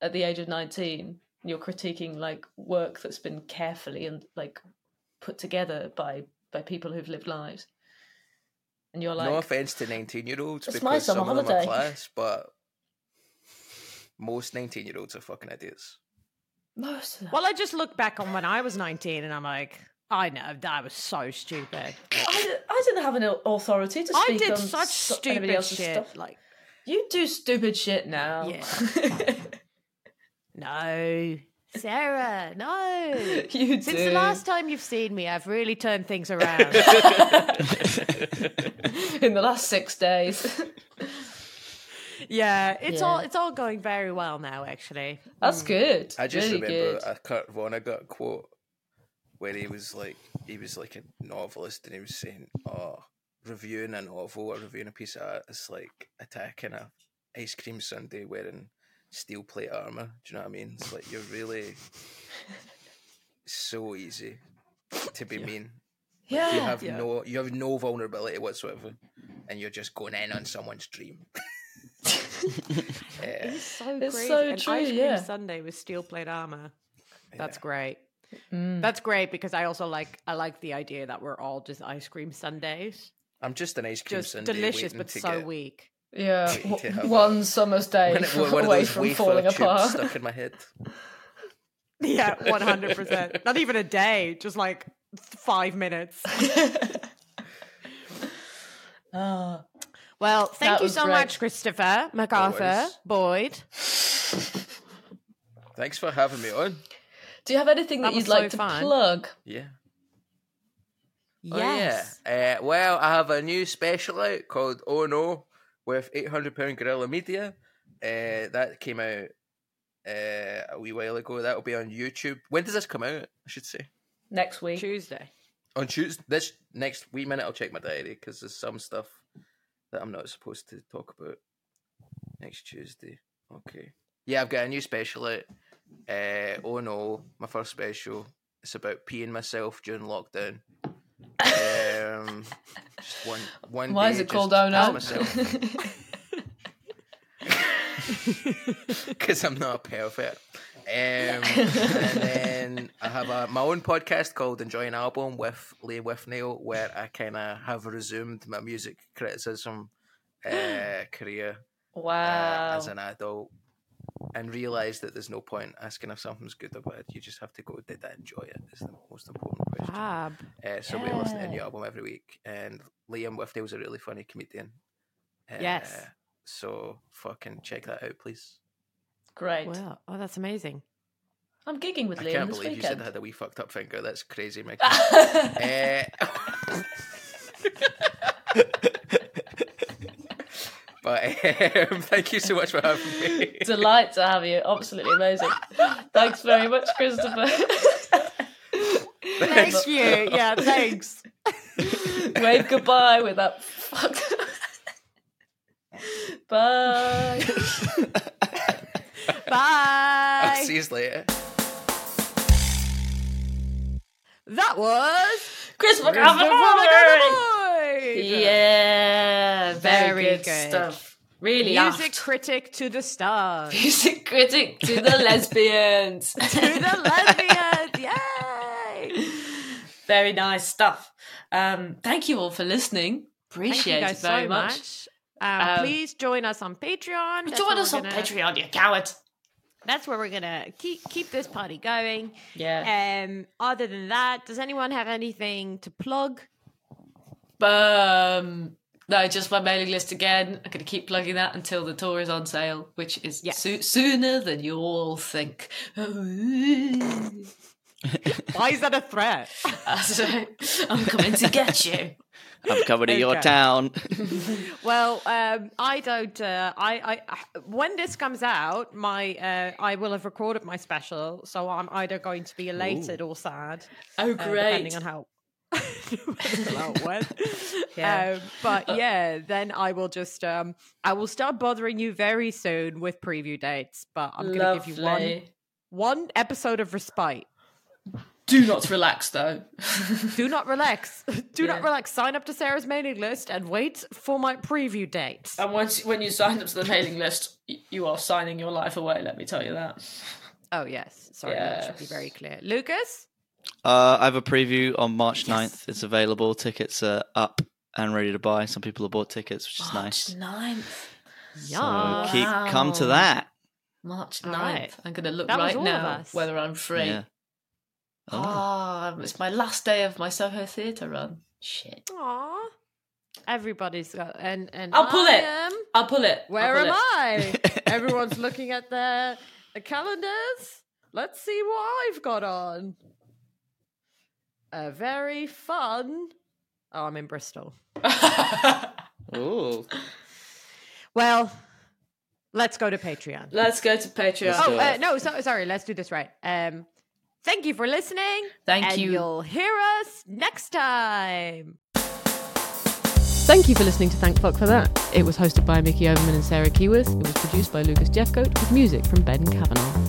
Speaker 3: at the age of nineteen? You're critiquing like work that's been carefully and like put together by by people who've lived lives, and you're like,
Speaker 5: no offense to 19 year olds
Speaker 3: It's
Speaker 5: because
Speaker 3: my
Speaker 5: some
Speaker 3: summer
Speaker 5: of them are
Speaker 3: holiday.
Speaker 5: class, but most 19 year olds are fucking idiots.
Speaker 3: Most
Speaker 2: Well, I just look back on when I was 19 and I'm like, I know, I was so stupid.
Speaker 3: I, d- I didn't have an au- authority to
Speaker 2: I
Speaker 3: speak
Speaker 2: did
Speaker 3: on
Speaker 2: such
Speaker 3: so- anybody
Speaker 2: stupid
Speaker 3: else's
Speaker 2: shit,
Speaker 3: stuff.
Speaker 2: Like
Speaker 3: you do stupid shit now.
Speaker 2: no. Sarah, no.
Speaker 3: You
Speaker 2: Since
Speaker 3: do.
Speaker 2: the last time you've seen me, I've really turned things around.
Speaker 3: in the last six days.
Speaker 2: yeah, it's
Speaker 3: Yeah.
Speaker 2: all it's all going very well now, actually.
Speaker 3: That's good.
Speaker 5: Hmm. I just
Speaker 3: Really
Speaker 5: remember uh,
Speaker 3: good.
Speaker 5: a Kurt Vonnegut quote where he was like, he was like a novelist and he was saying, oh, reviewing a novel or reviewing a piece of art is like attacking a ice cream sundae wearing steel plate armor. Do you know what I mean? It's like you're really so easy to be mean. Like, you
Speaker 3: Yeah.
Speaker 5: have
Speaker 3: Yeah.
Speaker 5: no you have no vulnerability whatsoever, and you're just going in on someone's dream. Yeah.
Speaker 2: It's so
Speaker 3: It's
Speaker 2: great.
Speaker 3: so
Speaker 2: An
Speaker 3: true,
Speaker 2: ice cream
Speaker 3: yeah.
Speaker 2: Sunday with steel plate armor. That's
Speaker 5: Yeah.
Speaker 2: great. That's great because I also like I like the idea that we're all just ice cream Sundays.
Speaker 5: I'm just an ice cream
Speaker 2: Just
Speaker 5: sundae
Speaker 2: delicious
Speaker 5: waiting
Speaker 2: but
Speaker 5: to
Speaker 2: so
Speaker 5: get-
Speaker 2: weak.
Speaker 3: Yeah,
Speaker 5: waiting to
Speaker 3: w-
Speaker 5: have a-
Speaker 3: one summer's day
Speaker 5: One of-
Speaker 3: from-
Speaker 5: one of
Speaker 3: away
Speaker 5: those
Speaker 3: from
Speaker 5: wafer
Speaker 3: falling
Speaker 5: tubes
Speaker 3: apart.
Speaker 5: stuck in my head.
Speaker 2: Yeah, one hundred percent. Not even a day, just like five minutes.
Speaker 3: Ah.
Speaker 2: Uh, Well, thank
Speaker 3: That
Speaker 2: you
Speaker 3: was
Speaker 2: so
Speaker 3: great.
Speaker 2: much, Christopher, MacArthur,
Speaker 5: worries.
Speaker 2: Boyd.
Speaker 5: Thanks for having me on.
Speaker 3: Do you have anything that,
Speaker 2: That was
Speaker 3: you'd like
Speaker 2: so
Speaker 3: to
Speaker 2: fun.
Speaker 3: plug?
Speaker 5: Yeah.
Speaker 2: Yes.
Speaker 5: Oh, yeah. Uh, well, I have a new special out called Oh No with 800 Pound Gorilla Media. Uh, that came out uh, a wee while ago. That'll be on YouTube. When does this come out? I should say.
Speaker 3: Next week.
Speaker 2: Tuesday.
Speaker 5: On Tuesday. This next wee minute, I'll check my diary because there's some stuff that I'm not supposed to talk about next Tuesday. Okay. Yeah, I've got a new special out. Uh, oh no, my first special. It's about peeing myself during lockdown. Um, just one, one
Speaker 3: Why
Speaker 5: day
Speaker 3: is it
Speaker 5: just
Speaker 3: called Oh
Speaker 5: pissed
Speaker 3: No?
Speaker 5: myself because I'm not a perfect. Um, and then I have a, my own podcast called Enjoy an Album with Lee Whiffnail, where I kind of have resumed my music criticism uh, career
Speaker 3: wow.
Speaker 5: uh, as an adult and realised that there's no point asking if something's good or bad. You just have to go, did I enjoy it? Is the most important question.
Speaker 2: Fab.
Speaker 5: Uh, so we listen to a
Speaker 3: Ah,
Speaker 5: new
Speaker 3: Yeah.
Speaker 5: album every week, and Liam Whiffdale's a really funny comedian.
Speaker 2: Yes.
Speaker 5: Uh, So fucking check that out, please.
Speaker 3: Great.
Speaker 2: Wow. Oh, that's amazing.
Speaker 3: I'm gigging with
Speaker 5: I
Speaker 3: Liam
Speaker 5: can't
Speaker 3: this
Speaker 5: believe you
Speaker 3: weekend.
Speaker 5: said I had a wee fucked up finger. That's crazy, Michael. Eh, but um, thank you so much for having me.
Speaker 3: Delight to have you. Absolutely amazing. Thanks very much, Christopher.
Speaker 2: Thank you. Yeah, thanks.
Speaker 3: Wave goodbye with that fuck. Bye.
Speaker 2: Bye.
Speaker 5: I'll see you later.
Speaker 2: That was
Speaker 3: Chris
Speaker 2: McAvoy.
Speaker 3: Yeah, very, good, stuff. Really,
Speaker 2: Music
Speaker 3: aft.
Speaker 2: critic to the stars.
Speaker 3: Music critic to the lesbians.
Speaker 2: to the lesbians. Yay!
Speaker 3: very nice stuff. Um, thank you all for listening. Appreciate
Speaker 2: Thank you
Speaker 3: it
Speaker 2: guys
Speaker 3: very
Speaker 2: so
Speaker 3: much.
Speaker 2: much. Um,
Speaker 3: Um,
Speaker 2: please join us on Patreon. That's
Speaker 3: Join
Speaker 2: where
Speaker 3: us
Speaker 2: we're
Speaker 3: on
Speaker 2: gonna-
Speaker 3: Patreon, you coward.
Speaker 2: That's where we're gonna keep keep this party going.
Speaker 3: Yeah.
Speaker 2: Um. Other than that, does anyone have anything to plug?
Speaker 3: Um, no, just my mailing list again. I'm going to keep plugging that until the tour is on sale, which is soo- sooner than you all think.
Speaker 2: Why is that a threat?
Speaker 3: I'm coming to get you.
Speaker 4: I'm coming to your
Speaker 2: Okay.
Speaker 4: town.
Speaker 2: well, um, I don't. Uh, I, I when this comes out, my uh, I will have recorded my special, so I'm either going to be elated or sad.
Speaker 3: Oh,
Speaker 2: uh, depending
Speaker 3: great.
Speaker 2: on how. how it went.
Speaker 3: Yeah.
Speaker 2: Um, but yeah, then I will just um, I will start bothering you very soon with preview dates. But I'm going to give you one
Speaker 3: Lovely.
Speaker 2: one episode of respite.
Speaker 3: Do not relax, though.
Speaker 2: Do not relax. Do
Speaker 3: Yeah.
Speaker 2: not relax. Sign up to Sarah's mailing list and wait for my preview date.
Speaker 3: And once when you sign up to the mailing list, y- you are signing your life away. Let me tell you that.
Speaker 2: Oh yes, sorry, that should be
Speaker 3: Yes.
Speaker 2: very clear. Lucas,
Speaker 4: Uh, I have a preview on March 9th. It's available. Tickets are up and ready to buy. Some people have bought tickets, which is nice.
Speaker 3: Ninth.
Speaker 4: So keep come to that.
Speaker 3: March 9th.
Speaker 2: All right.
Speaker 3: I'm going to look
Speaker 2: That was
Speaker 3: right
Speaker 2: all of
Speaker 3: now
Speaker 2: us.
Speaker 3: whether I'm free.
Speaker 4: Yeah. Oh.
Speaker 3: Ah, it's my last day of my Soho Theatre run. Shit.
Speaker 2: Aww. everybody's got and and
Speaker 3: I'll pull
Speaker 2: I
Speaker 3: it.
Speaker 2: am-
Speaker 3: I'll pull it. I'll
Speaker 2: Where
Speaker 3: pull
Speaker 2: am
Speaker 3: it.
Speaker 2: I? Everyone's looking at their the calendars. Let's see what I've got on. A very fun. Oh, I'm in Bristol.
Speaker 4: Ooh.
Speaker 2: Well, let's go to Patreon.
Speaker 3: Let's go to Patreon.
Speaker 2: Oh uh, no, so, sorry. Let's do this right. Um, thank you for listening.
Speaker 3: Thank
Speaker 2: and
Speaker 3: you.
Speaker 2: You'll hear us next time.
Speaker 9: Thank you for listening to Thank Fuck for That. It was hosted by Mickey Overman and Sarah Keyworth. It was produced by Lucas Jeffcoat with music from Ben Cavanaugh.